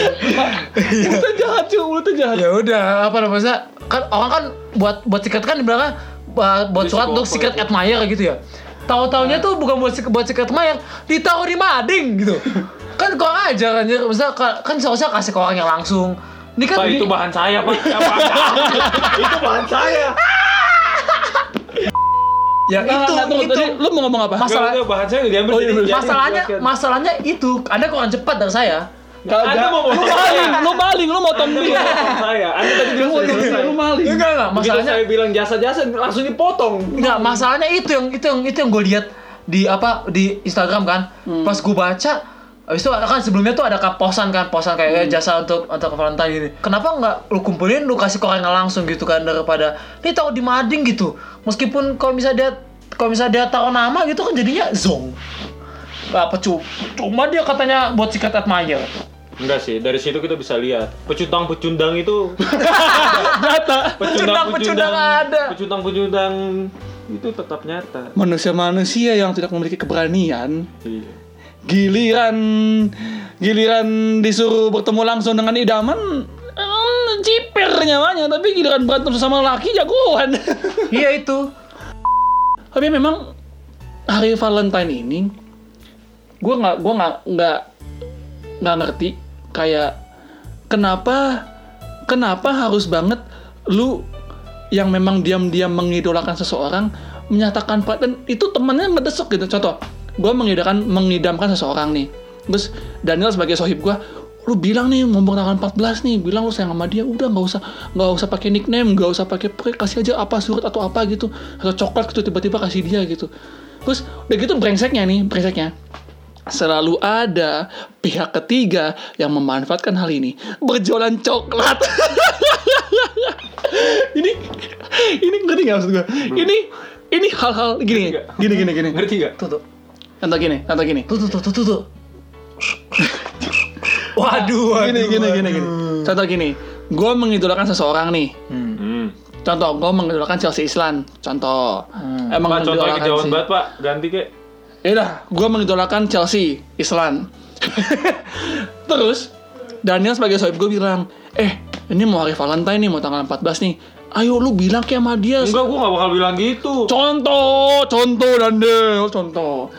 [SPEAKER 1] mulutnya jahat cuy mulutnya jahat Nah,
[SPEAKER 4] ya udah apa namanya maksudnya, kan orang kan buat buat secret kan di belakang uh, buat surat untuk secret admirer gitu ya tahu taunya
[SPEAKER 5] Iya.
[SPEAKER 4] tuh bukan buat secret- buat secret admirer ditaruh di mading gitu kan kurang aja kan misalnya kan seharusnya kasih ke orang yang langsung ini kan
[SPEAKER 5] Pak Nah, itu bahan saya, Pak. Ya, Pak.
[SPEAKER 3] Itu bahan saya.
[SPEAKER 1] ya
[SPEAKER 5] Nah,
[SPEAKER 4] itu,
[SPEAKER 1] itu
[SPEAKER 4] itu.
[SPEAKER 1] tadi lu mau ngomong apa
[SPEAKER 4] Masalah-
[SPEAKER 5] Masalah bahan saya udah diambil.
[SPEAKER 1] Oh, iya,
[SPEAKER 5] jadi-
[SPEAKER 1] bener.
[SPEAKER 5] jadi-
[SPEAKER 4] masalahnya
[SPEAKER 5] jadi-
[SPEAKER 4] masalahnya itu anda kurang cepat dari saya
[SPEAKER 1] Kalau
[SPEAKER 5] Anda
[SPEAKER 1] ga-
[SPEAKER 5] mau
[SPEAKER 1] lu
[SPEAKER 5] ngomong
[SPEAKER 1] maling, lu maling, lu motong dia.
[SPEAKER 5] Bahan saya. Anda tadi
[SPEAKER 1] Lu
[SPEAKER 5] bilang sudah
[SPEAKER 1] motong dia,
[SPEAKER 5] selesai.
[SPEAKER 1] lu maling.
[SPEAKER 4] enggak
[SPEAKER 5] Iya.
[SPEAKER 4] enggak
[SPEAKER 5] Begitu
[SPEAKER 4] masalahnya
[SPEAKER 5] saya bilang jasa-jasa langsung dipotong.
[SPEAKER 4] Enggak, masalahnya itu yang itu yang itu yang gue lihat di apa di Instagram kan. Pas gue baca Habis itu kan sebelumnya tuh ada ka- posan kan, posan kayak jasa untuk untuk Valentine gini. Kenapa nggak lu kumpulin, lu kasih ke orang yang langsung gitu kan daripada ini tahu di mading gitu. Meskipun kalau misalnya dia kalau misalnya dia taruh nama gitu kan jadinya zong. Apa cu- cuma dia katanya buat secret admirer.
[SPEAKER 5] Enggak sih, dari situ kita bisa lihat pecundang-pecundang itu nyata.
[SPEAKER 4] Pecundang-pecundang ada.
[SPEAKER 5] Pecundang-pecundang itu tetap nyata.
[SPEAKER 1] Manusia-manusia yang tidak memiliki keberanian,
[SPEAKER 5] Iya.
[SPEAKER 1] giliran giliran disuruh bertemu langsung dengan idaman em, ciper nyawanya tapi giliran berantem sesama laki jagoan
[SPEAKER 4] iya itu.
[SPEAKER 1] tapi memang hari Valentine ini gue nggak gua nggak nggak nggak ngerti kayak kenapa kenapa harus banget lu yang memang diam-diam mengidolakan seseorang menyatakan pa- dan itu temennya ngedesek gitu contoh gue mengidamkan mengidamkan seseorang nih terus Daniel sebagai sohib gue lu bilang nih ngomong tanggal 14 nih bilang lu sayang sama dia udah nggak usah nggak usah pakai nickname nggak usah pakai pre kasih aja apa surat atau apa gitu atau coklat gitu tiba-tiba kasih dia gitu terus udah gitu brengseknya nih brengseknya selalu ada pihak ketiga yang memanfaatkan hal ini berjualan coklat ini ini ngerti nggak maksud gue ini ini hal-hal gini gini gini gini
[SPEAKER 5] Ngerti nggak?
[SPEAKER 4] Tuh tuh.
[SPEAKER 1] contoh gini contoh gini
[SPEAKER 4] Tuh tuh tuh tuh tuh. tuh. waduh, waduh.
[SPEAKER 1] gini gini gini gini contoh gini gue mengidolakan seseorang nih
[SPEAKER 5] Hmm.
[SPEAKER 1] contoh gue mengidolakan Chelsea Islan contoh emang
[SPEAKER 5] Pak,
[SPEAKER 1] mengidolakan
[SPEAKER 5] contohnya kejauhan
[SPEAKER 1] sih.
[SPEAKER 5] banget, Pak. Ganti kek.
[SPEAKER 1] Yaudah, gue mengidolakan Chelsea, Islan. Terus, Daniel sebagai sohib gue bilang, eh, ini mau hari Valentine nih, mau tanggal 14 nih. Ayo lu bilang kayak sama dia.
[SPEAKER 5] Enggak, gua nggak bakal bilang gitu.
[SPEAKER 1] Contoh, contoh Daniel, Oh, contoh.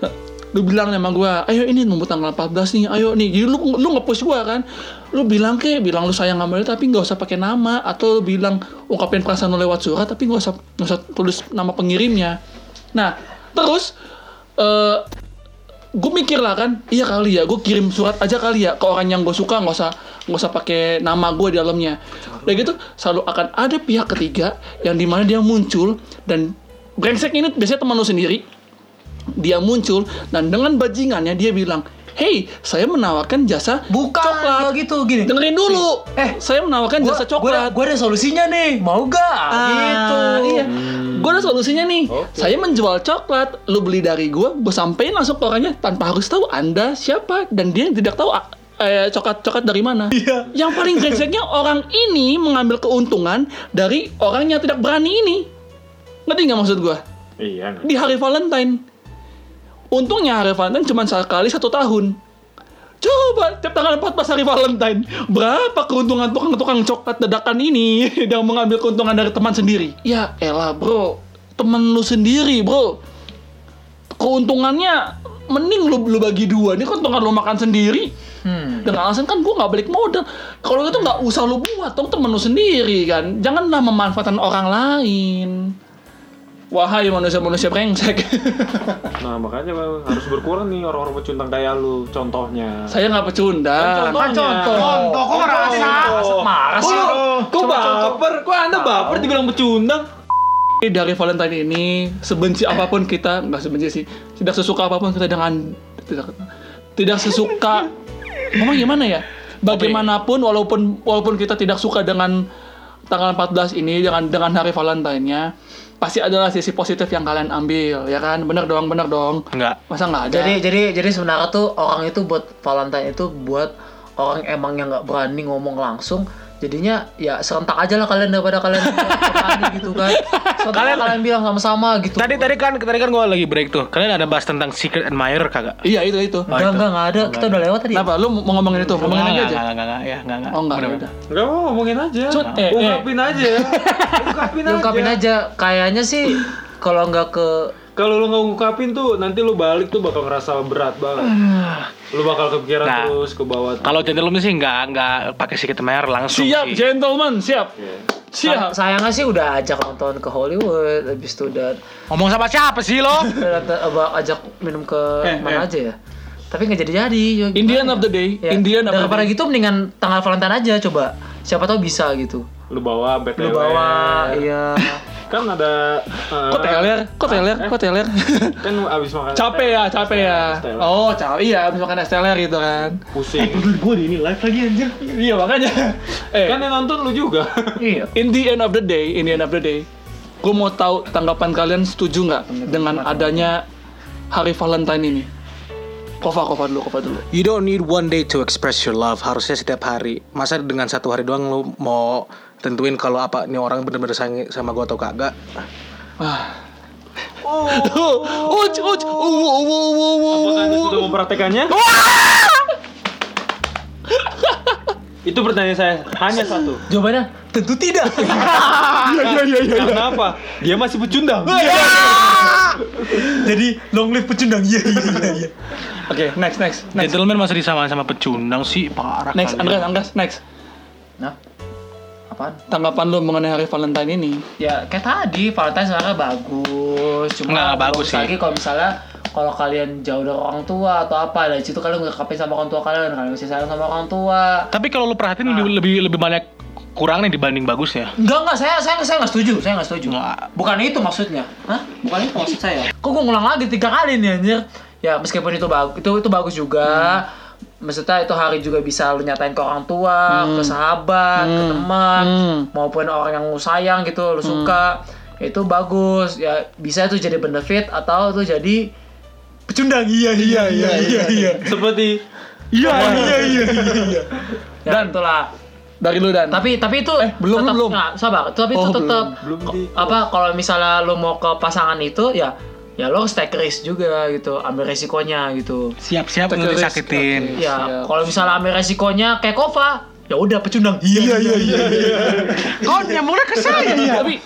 [SPEAKER 1] Nah, Lu bilang sama gue, ayo ini nunggu tanggal 14 nih, ayo nih. Jadi lu, lu nge-push gue kan. Lu bilang kayak, bilang lu sayang sama dia tapi nggak usah pakai nama. Atau lu bilang ungkapin perasaan lu lewat surat tapi nggak usah, nggak usah tulis nama pengirimnya. Nah, terus... eh gue mikir lah kan iya kali ya gue kirim surat aja kali ya ke orang yang gue suka nggak usah nggak usah pakai nama gue di dalamnya udah gitu selalu akan ada pihak ketiga yang dimana dia muncul dan brengsek ini biasanya teman lo sendiri dia muncul dan dengan bajingannya dia bilang hey saya menawarkan jasa
[SPEAKER 4] Bukan
[SPEAKER 1] coklat
[SPEAKER 4] nggak gitu gini.
[SPEAKER 1] dengerin dulu
[SPEAKER 4] Eh,
[SPEAKER 1] saya menawarkan
[SPEAKER 4] Gua-
[SPEAKER 1] jasa
[SPEAKER 4] gua ada-
[SPEAKER 1] coklat Ah,
[SPEAKER 4] Gua, ada solusinya nih, mau gak? gitu.
[SPEAKER 1] Iya. Gue ada solusinya nih. Saya menjual coklat, lu beli dari gue, gue sampein langsung ke orangnya tanpa harus tahu anda siapa dan dia tidak tahu ah, eh, coklat-coklat dari mana. Yang paling brengseknya orang ini mengambil keuntungan dari orang yang tidak berani ini. Ngerti nggak maksud gue?
[SPEAKER 5] Iya. nggak.
[SPEAKER 1] Di hari Valentine. Untungnya hari Valentine cuma sekali satu tahun. Coba tiap tanggal 14 hari Valentine Berapa keuntungan tukang-tukang coklat dadakan ini Yang mengambil keuntungan dari teman sendiri Ya elah bro Temen lu sendiri bro Keuntungannya Mending lu, lu bagi dua Ini keuntungan lu makan sendiri Dengan alasan kan gua nggak balik modal Kalau itu nggak usah lu buat dong temen lu sendiri kan Janganlah memanfaatkan orang lain Wahai manusia-manusia brengsek
[SPEAKER 5] Nah, makanya Pak, harus berkurang nih orang-orang pecundang kayak lu contohnya.
[SPEAKER 1] Saya nggak
[SPEAKER 5] Kan
[SPEAKER 1] pecundang
[SPEAKER 5] contoh.
[SPEAKER 4] Contoh.
[SPEAKER 2] Contoh, kok ngerasa?
[SPEAKER 4] Marah sih.
[SPEAKER 1] Oh.
[SPEAKER 5] Kok baper? Kok Anda baper dibilang pecundang?
[SPEAKER 1] Ini dari Valentine ini sebenci apapun kita nggak sebenci sih tidak sesuka apapun kita dengan tidak tidak sesuka ngomong gimana ya bagaimanapun walaupun walaupun kita tidak suka dengan tanggal 14 ini dengan dengan hari Valentine-nya pasti adalah sisi positif yang kalian ambil ya kan bener dong bener dong
[SPEAKER 2] Enggak.
[SPEAKER 1] masa nggak ada
[SPEAKER 4] Jadi jadi jadi sebenarnya tuh orang itu buat Valentine itu buat orang emang yang nggak berani ngomong langsung jadinya ya serentak aja lah kalian daripada kalian petani gitu kan serentak kalian, kalian bilang sama-sama gitu
[SPEAKER 1] Nah,
[SPEAKER 2] Tadi tadi kan tadi kan gua lagi break tuh. Kalian ada bahas tentang secret admirer kagak?
[SPEAKER 1] Iya itu itu.
[SPEAKER 4] enggak enggak enggak ada kita udah lewat tadi ya.
[SPEAKER 1] Kenapa? Lu mau ngomongin itu? Ngomongin aja aja.
[SPEAKER 2] Enggak, enggak, enggak, ya, enggak, enggak.
[SPEAKER 1] Oh enggak.
[SPEAKER 2] Udah,
[SPEAKER 1] udah.
[SPEAKER 5] Enggak mau ngomongin aja.
[SPEAKER 1] Cut, eh, eh.
[SPEAKER 5] Ungkapin aja. Ungkapin aja.
[SPEAKER 4] diungkapin
[SPEAKER 1] Iya.
[SPEAKER 4] aja kayaknya sih kalau nggak ke
[SPEAKER 5] Kalau lu nggak ungkapin tuh nanti lu balik tuh bakal ngerasa berat banget. lu bakal kepikiran
[SPEAKER 2] Nah.
[SPEAKER 5] terus ke bawah.
[SPEAKER 2] Kalau gentleman sih enggak enggak pakai secret admirer langsung.
[SPEAKER 1] Siap,
[SPEAKER 2] sih.
[SPEAKER 1] gentleman, siap. Siap.
[SPEAKER 4] sayangnya sih udah ajak nonton ke Hollywood habis itu udah
[SPEAKER 2] Ngomong sama siapa sih lo?
[SPEAKER 4] abang ajak minum ke
[SPEAKER 1] Eh,
[SPEAKER 4] mana
[SPEAKER 1] eh.
[SPEAKER 4] aja ya tapi nggak jadi-jadi ya gimana
[SPEAKER 1] Indian
[SPEAKER 4] ya?
[SPEAKER 1] of the day,
[SPEAKER 4] ya,
[SPEAKER 1] Indian of the
[SPEAKER 4] daripada
[SPEAKER 1] day.
[SPEAKER 4] gitu mendingan tanggal Valentine aja coba siapa tahu bisa gitu
[SPEAKER 5] Lu bawa BTW.
[SPEAKER 4] lu bawa iya
[SPEAKER 5] Kan ada eh,
[SPEAKER 1] Kok teler? Kok teler? Kok teler?
[SPEAKER 5] Kan abis makan
[SPEAKER 1] capek ya, capek ya. Oh, capek. Iya, habis makan es teler gitu kan.
[SPEAKER 5] pusing.
[SPEAKER 1] Iya, makanya. Eh,
[SPEAKER 5] kan yang nonton lu juga.
[SPEAKER 4] iya
[SPEAKER 1] in the end of the day, in the end of the day, gue mau tahu tanggapan kalian setuju nggak dengan adanya hari Valentine ini? Kova, kova dulu, kova dulu.
[SPEAKER 2] You don't need one day to express your love. Harusnya setiap hari. Masa dengan satu hari doang lu mau tentuin kalau apa nih orang bener-bener sayang sama gua atau kagak?
[SPEAKER 1] Oh, uj, uj, uh, uh, uh, uh, uh,
[SPEAKER 5] Apakah
[SPEAKER 1] uh,
[SPEAKER 5] Anda
[SPEAKER 1] uh.
[SPEAKER 5] sudah mempraktekannya? Itu pertanyaan saya hanya satu.
[SPEAKER 4] jawabannya tentu tidak
[SPEAKER 5] Kenapa? Dia masih pecundang.
[SPEAKER 4] jadi long live pecundang iya iya iya, iya
[SPEAKER 1] Oke, next, next, next,
[SPEAKER 2] Gentleman masa disamain sama pecundang sih parah.
[SPEAKER 1] next,
[SPEAKER 2] kali.
[SPEAKER 1] Andres, Andres, next.
[SPEAKER 4] nah apaan
[SPEAKER 1] Tanggapan lu mengenai hari Valentine ini?
[SPEAKER 4] ya kayak tadi Valentine sebenarnya bagus cuma
[SPEAKER 2] Nggak, nggak bagus sih.
[SPEAKER 4] lagi kalau misalnya kalau kalian jauh dari orang tua atau apa dari situ kalian ngekapin sama orang tua kalian kalian masih sayang sama orang tua
[SPEAKER 2] Tapi kalau lu perhatiin lebih, lebih lebih banyak kurangnya dibanding ya. bagusnya.
[SPEAKER 4] enggak enggak saya saya saya nggak setuju saya nggak setuju
[SPEAKER 2] Nggak.
[SPEAKER 4] bukan itu maksudnya Hah? bukan itu maksud saya kok gue ngulang lagi tiga kali nih anjir ya meskipun itu bagus itu itu bagus juga Maksudnya itu hari juga bisa lu nyatain ke orang tua, ke sahabat, ke teman,
[SPEAKER 1] Hmm.
[SPEAKER 4] maupun orang yang lu sayang gitu, lu suka. Itu bagus. Ya bisa itu jadi benefit atau itu jadi pecundang. Iya, iya, iya, iya, iya.
[SPEAKER 5] Seperti
[SPEAKER 1] Iya, iya, iya.
[SPEAKER 4] Dan ya itulah.
[SPEAKER 1] Dari lu dan.
[SPEAKER 4] Tapi tapi itu
[SPEAKER 1] belum,
[SPEAKER 4] tetap,
[SPEAKER 1] belum.
[SPEAKER 4] nggak, sabar. Tapi itu
[SPEAKER 1] Oh,
[SPEAKER 4] tetap
[SPEAKER 5] belum
[SPEAKER 4] ko-
[SPEAKER 5] di-
[SPEAKER 4] apa kalau misalnya lo mau ke pasangan itu ya ya lo harus take risk juga gitu, ambil resikonya gitu.
[SPEAKER 2] Siap-siap lu
[SPEAKER 1] Tekeris,
[SPEAKER 2] disakitin.
[SPEAKER 1] Iya,
[SPEAKER 4] Ya, kalau misalnya ambil resikonya kayak Kova, ya udah pecundang.
[SPEAKER 3] Iya iya iya.
[SPEAKER 2] Kau Oh, nyambungnya ke saya ya.
[SPEAKER 1] tapi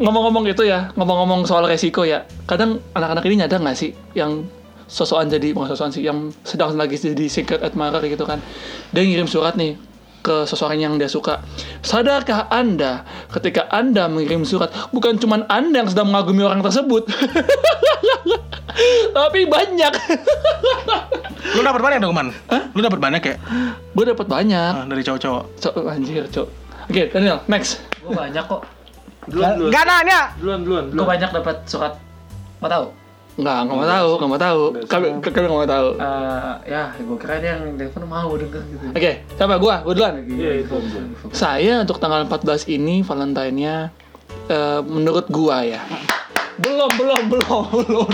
[SPEAKER 1] ngomong-ngomong itu ya ngomong-ngomong soal resiko ya kadang anak-anak ini nyadar nggak sih yang sosokan jadi bukan sosokan sih yang sedang lagi jadi secret admirer gitu kan dia ngirim surat nih ke seseorang yang dia suka sadarkah anda ketika anda mengirim surat bukan cuman anda yang sedang mengagumi orang tersebut tapi banyak
[SPEAKER 2] Lu dapat banyak dong, Man. Lu dapat banyak ya
[SPEAKER 1] gue dapat banyak
[SPEAKER 2] Ah, dari cowok-cowok.
[SPEAKER 1] cok anjir cok oke Daniel next
[SPEAKER 4] Gue banyak kok.
[SPEAKER 5] duluan duluan.
[SPEAKER 2] Gak nanya.
[SPEAKER 5] Duluan duluan.
[SPEAKER 4] Gue
[SPEAKER 5] duluan.
[SPEAKER 4] banyak dapat surat. Mau tahu?
[SPEAKER 1] nggak nggak mau tahu nggak mau tahu kami kami nggak mau tahu
[SPEAKER 4] Eh, ya, gue kira dia yang telepon mau denger gitu.
[SPEAKER 1] oke siapa gua gua duluan
[SPEAKER 5] Iya itu.
[SPEAKER 1] Saya untuk tanggal 14 ini Valentine-nya eh, menurut gua ya. Belum, belum, belum, belum.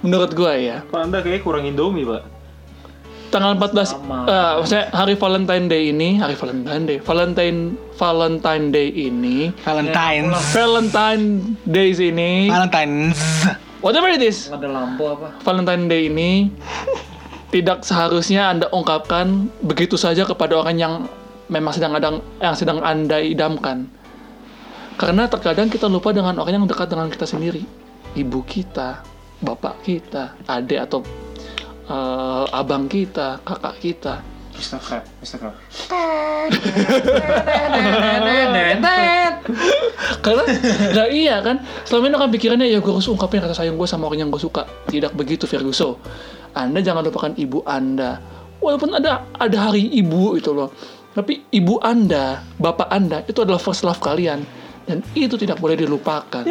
[SPEAKER 1] menurut gua ya.
[SPEAKER 5] Pak Anda kayaknya kurang Indomie, Pak.
[SPEAKER 1] Tanggal 14
[SPEAKER 4] Sama.
[SPEAKER 1] eh, maksudnya hari Valentine Day ini, hari Valentine Day. Valentine Valentine Day ini,
[SPEAKER 2] Valentine's.
[SPEAKER 1] Valentine Days ini,
[SPEAKER 2] Valentine's.
[SPEAKER 1] whatever it is,
[SPEAKER 4] Ada lampu apa?
[SPEAKER 1] Valentine Day ini tidak seharusnya Anda ungkapkan begitu saja kepada orang yang memang sedang ada yang sedang Anda idamkan. Karena terkadang kita lupa dengan orang yang dekat dengan kita sendiri. Ibu kita, bapak kita, adik atau eh, abang kita, kakak kita.
[SPEAKER 4] Mr. Crab, Mr. Crab.
[SPEAKER 1] Karena nah iya kan, selama ini orang pikirannya ya gue harus ungkapin rasa sayang gue sama orang yang gue suka. Tidak begitu Virguso. Anda jangan lupakan ibu Anda. Walaupun ada ada hari ibu itu loh. Tapi ibu Anda, bapak Anda itu adalah first love kalian dan itu tidak boleh dilupakan.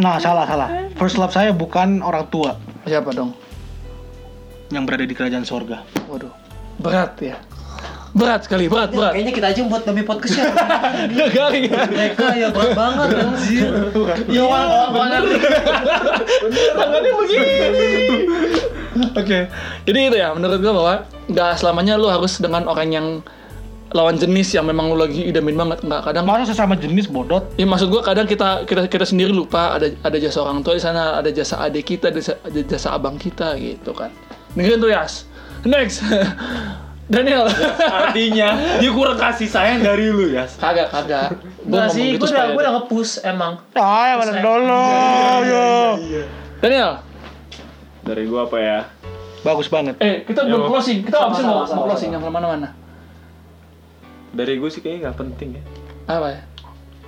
[SPEAKER 2] Nah, salah salah. First love saya bukan orang tua
[SPEAKER 1] Siapa dong?
[SPEAKER 2] yang berada di kerajaan sorga.
[SPEAKER 1] Waduh. Berat ya. Berat sekali, berat, berat.
[SPEAKER 4] Kayaknya kita aja buat demi podcastnya.
[SPEAKER 1] Gak garing ya.
[SPEAKER 4] Mereka ya berat banget anjir. Ya orang orang banget.
[SPEAKER 1] Oke, jadi itu ya menurut gua bahwa nggak selamanya lu harus dengan orang yang lawan jenis yang memang lu lagi idamin banget nggak kadang
[SPEAKER 2] Masa sesama jenis bodot?
[SPEAKER 1] Ya maksud gua kadang kita kita kita sendiri lupa ada ada jasa orang tua di sana, ada jasa adik kita, ada jasa, ada jasa abang kita gitu kan. Dengerin tuh Yas. Next. Daniel.
[SPEAKER 5] Artinya dia kurang kasih sayang dari lu ya.
[SPEAKER 1] kagak, kagak. Gua
[SPEAKER 4] Enggak
[SPEAKER 1] ngomong
[SPEAKER 4] sih,
[SPEAKER 1] gitu
[SPEAKER 4] gue udah,
[SPEAKER 1] supaya
[SPEAKER 4] gue
[SPEAKER 1] ada.
[SPEAKER 4] udah nge-push emang
[SPEAKER 2] Ah, ya bener dulu. Yo.
[SPEAKER 1] Daniel.
[SPEAKER 5] Dari gua apa ya?
[SPEAKER 2] Bagus banget.
[SPEAKER 1] Eh, kita belum closing. Kita apa sih mau
[SPEAKER 4] sama-sama,
[SPEAKER 1] mau closing yang mana mana?
[SPEAKER 5] Dari gua sih kayaknya nggak penting ya.
[SPEAKER 1] Apa ya?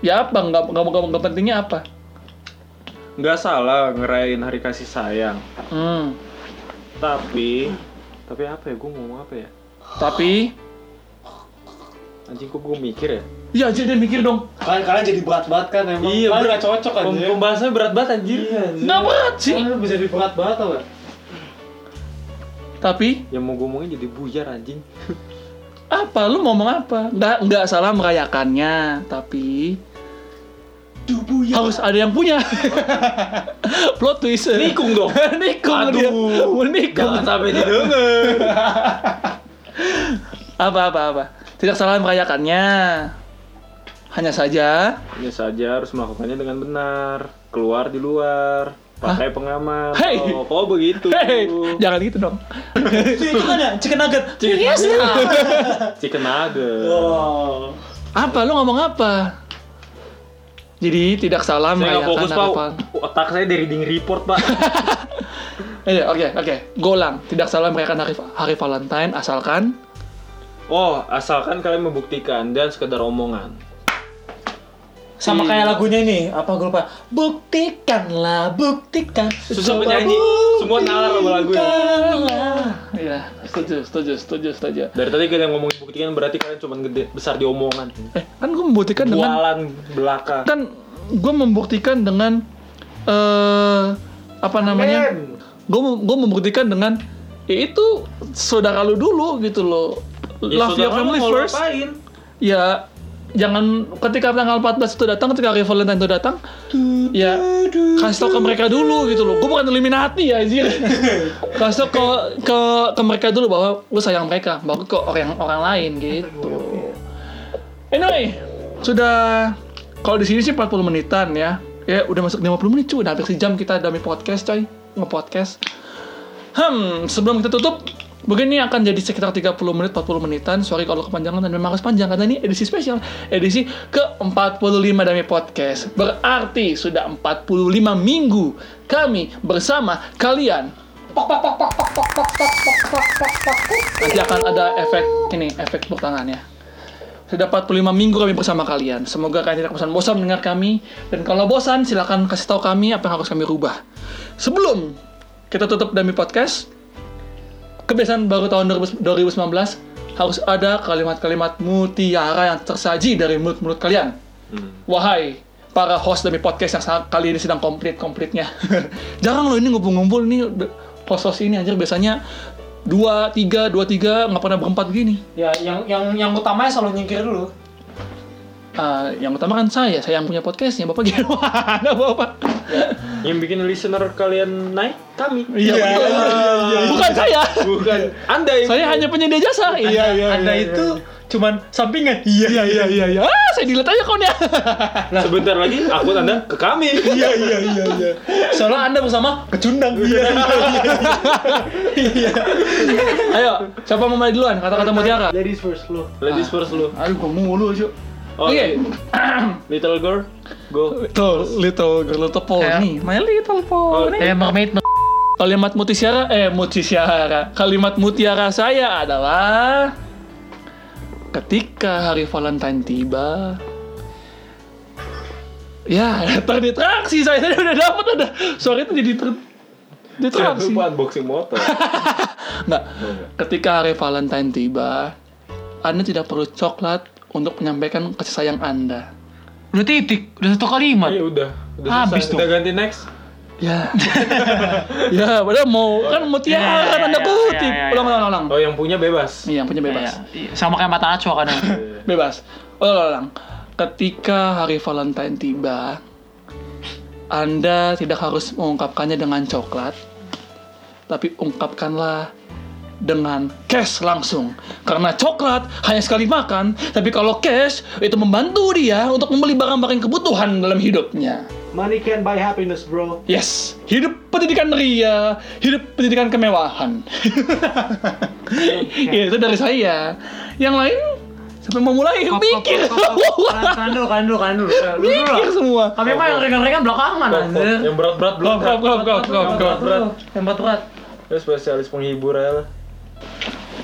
[SPEAKER 1] Ya apa? Nggak nggak nggak nggak pentingnya apa?
[SPEAKER 5] Nggak salah ngerayain hari kasih sayang.
[SPEAKER 1] Hmm.
[SPEAKER 5] Tapi tapi apa ya? Gua ngomong apa ya?
[SPEAKER 1] Tapi
[SPEAKER 5] Anjing kok gua mikir ya?
[SPEAKER 1] Ya jadi mikir dong.
[SPEAKER 3] Kalian kalian jadi berat banget kan emang. kalian
[SPEAKER 5] Iya, berat.
[SPEAKER 3] nggak cocok kan?
[SPEAKER 5] Pem- Pembahasannya berat banget anjir.
[SPEAKER 3] Iya. anjir.
[SPEAKER 1] Nggak berat sih.
[SPEAKER 3] Kalian bisa jadi berat banget apa?
[SPEAKER 1] Tapi
[SPEAKER 5] Yang Ya, mau gua ngomongin jadi buyar anjing.
[SPEAKER 1] apa? Lu mau ngomong apa? Nggak nggak salah merayakannya, tapi
[SPEAKER 3] Dubu ya.
[SPEAKER 1] harus ada yang punya. Plot twist.
[SPEAKER 5] Nikung dong.
[SPEAKER 1] Nikung dia. Nikung.
[SPEAKER 5] Jangan sampai didengar.
[SPEAKER 1] Apa apa apa. Tidak salah merayakannya. Hanya saja.
[SPEAKER 5] Hanya Ya, saja harus melakukannya dengan benar. Keluar di luar. Pakai pengaman.
[SPEAKER 1] Hei.
[SPEAKER 5] Oh, kok begitu?
[SPEAKER 1] Hei, jangan gitu dong. Iya.
[SPEAKER 3] Itu kan ya chicken nugget.
[SPEAKER 5] Iya, Chicken nugget.
[SPEAKER 3] Wow.
[SPEAKER 1] Apa lu ngomong apa? Jadi tidak salah
[SPEAKER 5] Saya nggak
[SPEAKER 1] merayakan
[SPEAKER 5] fokus pak.
[SPEAKER 1] harapan.
[SPEAKER 5] Oh, Otak saya dari ding report pak.
[SPEAKER 1] Iya, oke, oke. Golang, tidak salah merayakan hari, hari Valentine asalkan
[SPEAKER 5] oh, asalkan kalian membuktikan dan sekedar omongan.
[SPEAKER 3] Sama kayak lagunya ini, apa gue lupa. Buktikanlah, buktikan.
[SPEAKER 5] Susah penyanyi, semua nalar sama ya. lagunya.
[SPEAKER 1] Iya, setuju, setuju, setuju, setuju.
[SPEAKER 5] Dari tadi kita ngomongin buktikan berarti kalian cuma gede besar di omongan.
[SPEAKER 1] Eh, kan gue membuktikan dengan
[SPEAKER 5] Bualan belaka.
[SPEAKER 1] kan gue membuktikan dengan eh apa namanya? Gue gue membuktikan dengan ya itu saudara lu dulu gitu loh.
[SPEAKER 5] Ya,
[SPEAKER 1] Love your
[SPEAKER 5] saudara,
[SPEAKER 1] family
[SPEAKER 5] mau
[SPEAKER 1] first.
[SPEAKER 5] ngapain?
[SPEAKER 1] Ya jangan ketika tanggal 14 itu datang, ketika hari Valentine itu datang, ya kasih tau ke mereka dulu gitu loh. Gue bukan Illuminati ya anjir. kasih tau ke, ke ke mereka dulu bahwa lu sayang mereka, baru ke orang orang lain gitu. Anyway, sudah kalau di sini sih 40 menitan ya. Ya udah masuk 50 menit cuy, udah hampir sejam kita dami podcast coy, nge-podcast. Hmm, sebelum kita tutup, mungkin ini akan jadi sekitar 30 menit, 40 menitan. Sorry kalau kepanjangan dan memang harus panjang karena ini edisi spesial, edisi ke-45 dari podcast. Berarti sudah 45 minggu kami bersama kalian. Nanti akan ada efek ini, efek tepuk tangan ya. Sudah 45 minggu kami bersama kalian. Semoga kalian tidak bosan-bosan mendengar kami. Dan kalau bosan, silahkan kasih tahu kami apa yang harus kami rubah. Sebelum kita tutup Dami Podcast, kebiasaan baru tahun 2000 2019 harus ada kalimat-kalimat mutiara yang tersaji dari mulut-mulut kalian.
[SPEAKER 5] Hmm.
[SPEAKER 1] Wahai para host Dami Podcast yang saat kali ini sedang komplit-komplitnya. Jarang loh ini ngumpul-ngumpul nih host-host ini anjir biasanya dua tiga dua tiga nggak pernah berempat gini
[SPEAKER 3] Ya, yang yang yang utamanya selalu nyingkir dulu.
[SPEAKER 1] Eh, yang utama kan saya, saya yang punya podcastnya, Bapak gimana Bapak?
[SPEAKER 5] Yang bikin listener kalian naik kami.
[SPEAKER 1] Iya, betul. bukan saya,
[SPEAKER 5] Bukan Anda yang
[SPEAKER 1] saya hanya penyedia jasa. Iya,
[SPEAKER 3] Anda itu cuman sampingan. Iya, iya, iya.
[SPEAKER 1] iya, iya. Ah, saya dilihat aja konnya.
[SPEAKER 5] sebentar lagi aku Anda ke kami.
[SPEAKER 3] Iya, iya, iya, iya.
[SPEAKER 4] Soalnya anda bersama
[SPEAKER 3] Kecundang. Iya,
[SPEAKER 1] iya, Ayo, siapa mau mulai duluan? Kata-kata mutiara.
[SPEAKER 3] Ladies first lo.
[SPEAKER 5] Ladies first lu.
[SPEAKER 1] Aduh, gua mulu, Cuk.
[SPEAKER 5] Oke.
[SPEAKER 1] Ah. Oke.
[SPEAKER 5] Little girl, go.
[SPEAKER 1] Tuh, little girl little pony. My little pony.
[SPEAKER 4] Eh, mermaid no.
[SPEAKER 1] Kalimat mutiara eh mutiara. Kalimat mutiara saya adalah ketika hari Valentine tiba. Ya, terdistraksi saya tadi udah dapat ada. Sorry itu jadi ter
[SPEAKER 5] Jangan
[SPEAKER 1] distraksi.
[SPEAKER 5] lupa Iya, unboxing motor.
[SPEAKER 1] Nggak. Ketika hari Valentine tiba, Anda tidak perlu coklat untuk menyampaikan kasih sayang Anda.
[SPEAKER 4] Udah titik, udah satu kalimat
[SPEAKER 5] Ya udah, udah selesai.
[SPEAKER 4] Habis tuh.
[SPEAKER 5] Udah ganti next.
[SPEAKER 1] Ya. ya, padahal mau kan mutiara kan Anda kutip. Ulang ulang ulang.
[SPEAKER 5] Oh, yang punya bebas.
[SPEAKER 1] Iya, yang punya bebas.
[SPEAKER 4] Iya, Sama kayak mata acua kan
[SPEAKER 1] bebas ulang ketika hari Valentine tiba anda tidak harus mengungkapkannya dengan coklat tapi ungkapkanlah dengan cash langsung. Karena coklat hanya sekali makan, tapi kalau cash itu membantu dia untuk membeli barang-barang kebutuhan dalam hidupnya.
[SPEAKER 5] Money can buy happiness, bro.
[SPEAKER 1] Yes, hidup pendidikan ria, hidup pendidikan kemewahan. ya, itu dari saya. Yang lain, sampai memulai mikir.
[SPEAKER 4] Kan dulu, kan dulu, kan dulu. Lu dulu
[SPEAKER 1] mikir
[SPEAKER 4] lah.
[SPEAKER 1] semua.
[SPEAKER 4] Kami mah yang ringan-ringan belakangan anjir.
[SPEAKER 5] Yang berat-berat belum.
[SPEAKER 1] Kop, kop, kop, kop, kop, kop.
[SPEAKER 5] berat.
[SPEAKER 4] Yang berat-berat.
[SPEAKER 5] Ya spesialis penghibur aja lah.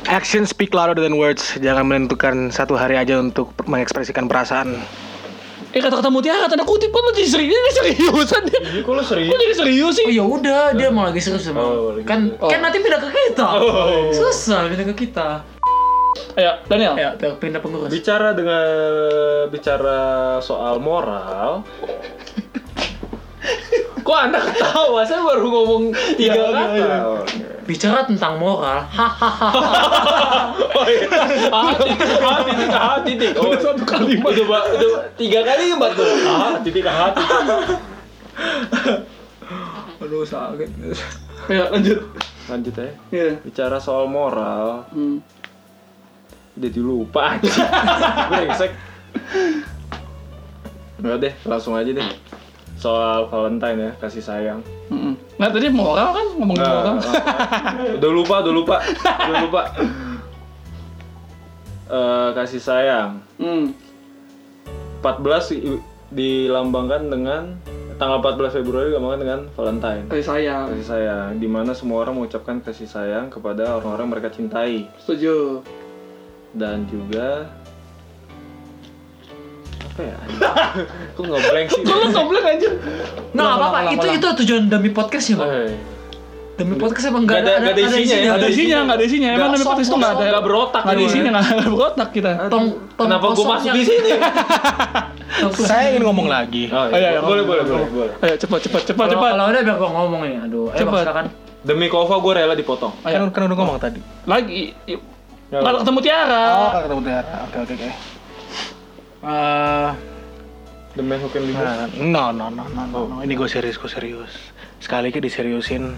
[SPEAKER 2] Action speak louder than words. Jangan menentukan satu hari aja untuk mengekspresikan perasaan.
[SPEAKER 1] Eh kata-kata mutiara, tanda kutip kan lu jadi serius, ini seriusan dia.
[SPEAKER 5] Ini kok lo serius?
[SPEAKER 1] Kok jadi serius sih?
[SPEAKER 4] Oh ya udah, dia mau lagi serius emang.
[SPEAKER 5] Oh, lagi
[SPEAKER 4] kan
[SPEAKER 1] serius.
[SPEAKER 4] kan nanti pindah ke kita.
[SPEAKER 5] Oh.
[SPEAKER 4] Susah pindah ke kita.
[SPEAKER 1] Ayo,
[SPEAKER 5] Iya,
[SPEAKER 1] Daniel.
[SPEAKER 4] Ya, pindah pengurus.
[SPEAKER 5] Bicara dengan bicara soal moral. Kok anda ketawa? Saya baru ngomong tiga
[SPEAKER 1] Iya,
[SPEAKER 5] kata.
[SPEAKER 4] Bicara tentang moral. Hahaha.
[SPEAKER 5] Oh, iya. Ah, titik, ah, titik, ah, titik. Oh, satu kali. Coba, coba tiga kali empat tuh. Ah, titik, ah, titik.
[SPEAKER 4] Aduh sakit.
[SPEAKER 1] Ayo, Iya, lanjut.
[SPEAKER 5] Lanjut ya.
[SPEAKER 1] Iya.
[SPEAKER 5] Bicara soal moral,
[SPEAKER 1] Hmm.
[SPEAKER 5] jadi lupa aja. Brengsek. Enggak deh, langsung aja deh. Soal Valentine ya, kasih sayang.
[SPEAKER 1] Mm-mm. Nah tadi moral kan ngomongin
[SPEAKER 5] Nggak,
[SPEAKER 1] moral.
[SPEAKER 5] nggak. udah lupa, udah lupa, udah lupa. Eh, kasih sayang.
[SPEAKER 1] Hmm.
[SPEAKER 5] 14 i- dilambangkan dengan tanggal 14 Februari dilambangkan dengan Valentine.
[SPEAKER 1] Kasih sayang.
[SPEAKER 5] Kasih sayang, dimana semua orang mengucapkan kasih sayang kepada orang-orang mereka cintai
[SPEAKER 1] Setuju.
[SPEAKER 5] dan juga apa ya? Kok nggak blank sih?
[SPEAKER 1] Kok lu soblek anjir?
[SPEAKER 4] Nah, apa apa
[SPEAKER 1] ulang,
[SPEAKER 4] itu
[SPEAKER 1] ulang.
[SPEAKER 4] itu tujuan demi podcast ya, Bang.
[SPEAKER 5] Eh,
[SPEAKER 4] Demi podcast emang enggak
[SPEAKER 5] Nggak ada- nggak ada isinya ya?
[SPEAKER 1] Nggak ada isinya, nggak ada isinya. Emang
[SPEAKER 5] Nggak,
[SPEAKER 1] lebih podcast itu nggak ada.
[SPEAKER 5] nggak berotak
[SPEAKER 1] Nggak ada
[SPEAKER 5] gitu,
[SPEAKER 1] isinya,
[SPEAKER 5] ya.
[SPEAKER 1] nggak ada berotak kita.
[SPEAKER 4] Tong, tong
[SPEAKER 5] Kenapa gua masuk
[SPEAKER 4] kosongnya.
[SPEAKER 5] di sini?
[SPEAKER 4] Tong kosong.
[SPEAKER 2] Saya ingin ngomong lagi.
[SPEAKER 5] Oh,
[SPEAKER 1] Oh, iya,
[SPEAKER 5] iya,
[SPEAKER 1] iya,
[SPEAKER 5] boleh, boleh, boleh, boleh.
[SPEAKER 1] Ayo cepat, cepat, cepat,
[SPEAKER 4] Kalau-
[SPEAKER 1] cepat.
[SPEAKER 4] Kalau udah biar gua ngomong nih. Aduh, eh
[SPEAKER 1] Cepat.
[SPEAKER 4] Bang silakan.
[SPEAKER 5] Demi Kova gue rela dipotong.
[SPEAKER 1] Ayo.
[SPEAKER 2] Kan, kan udah ngomong tadi.
[SPEAKER 1] Lagi. i-
[SPEAKER 5] Ya,
[SPEAKER 1] Kalau ketemu Tiara.
[SPEAKER 2] Oh, kata mutiara. Oke, oke, oke. Eh,
[SPEAKER 5] The man who can be
[SPEAKER 2] nah, no, no, no, no, no, no. Ini gue serius, gue serius. Sekali ke diseriusin.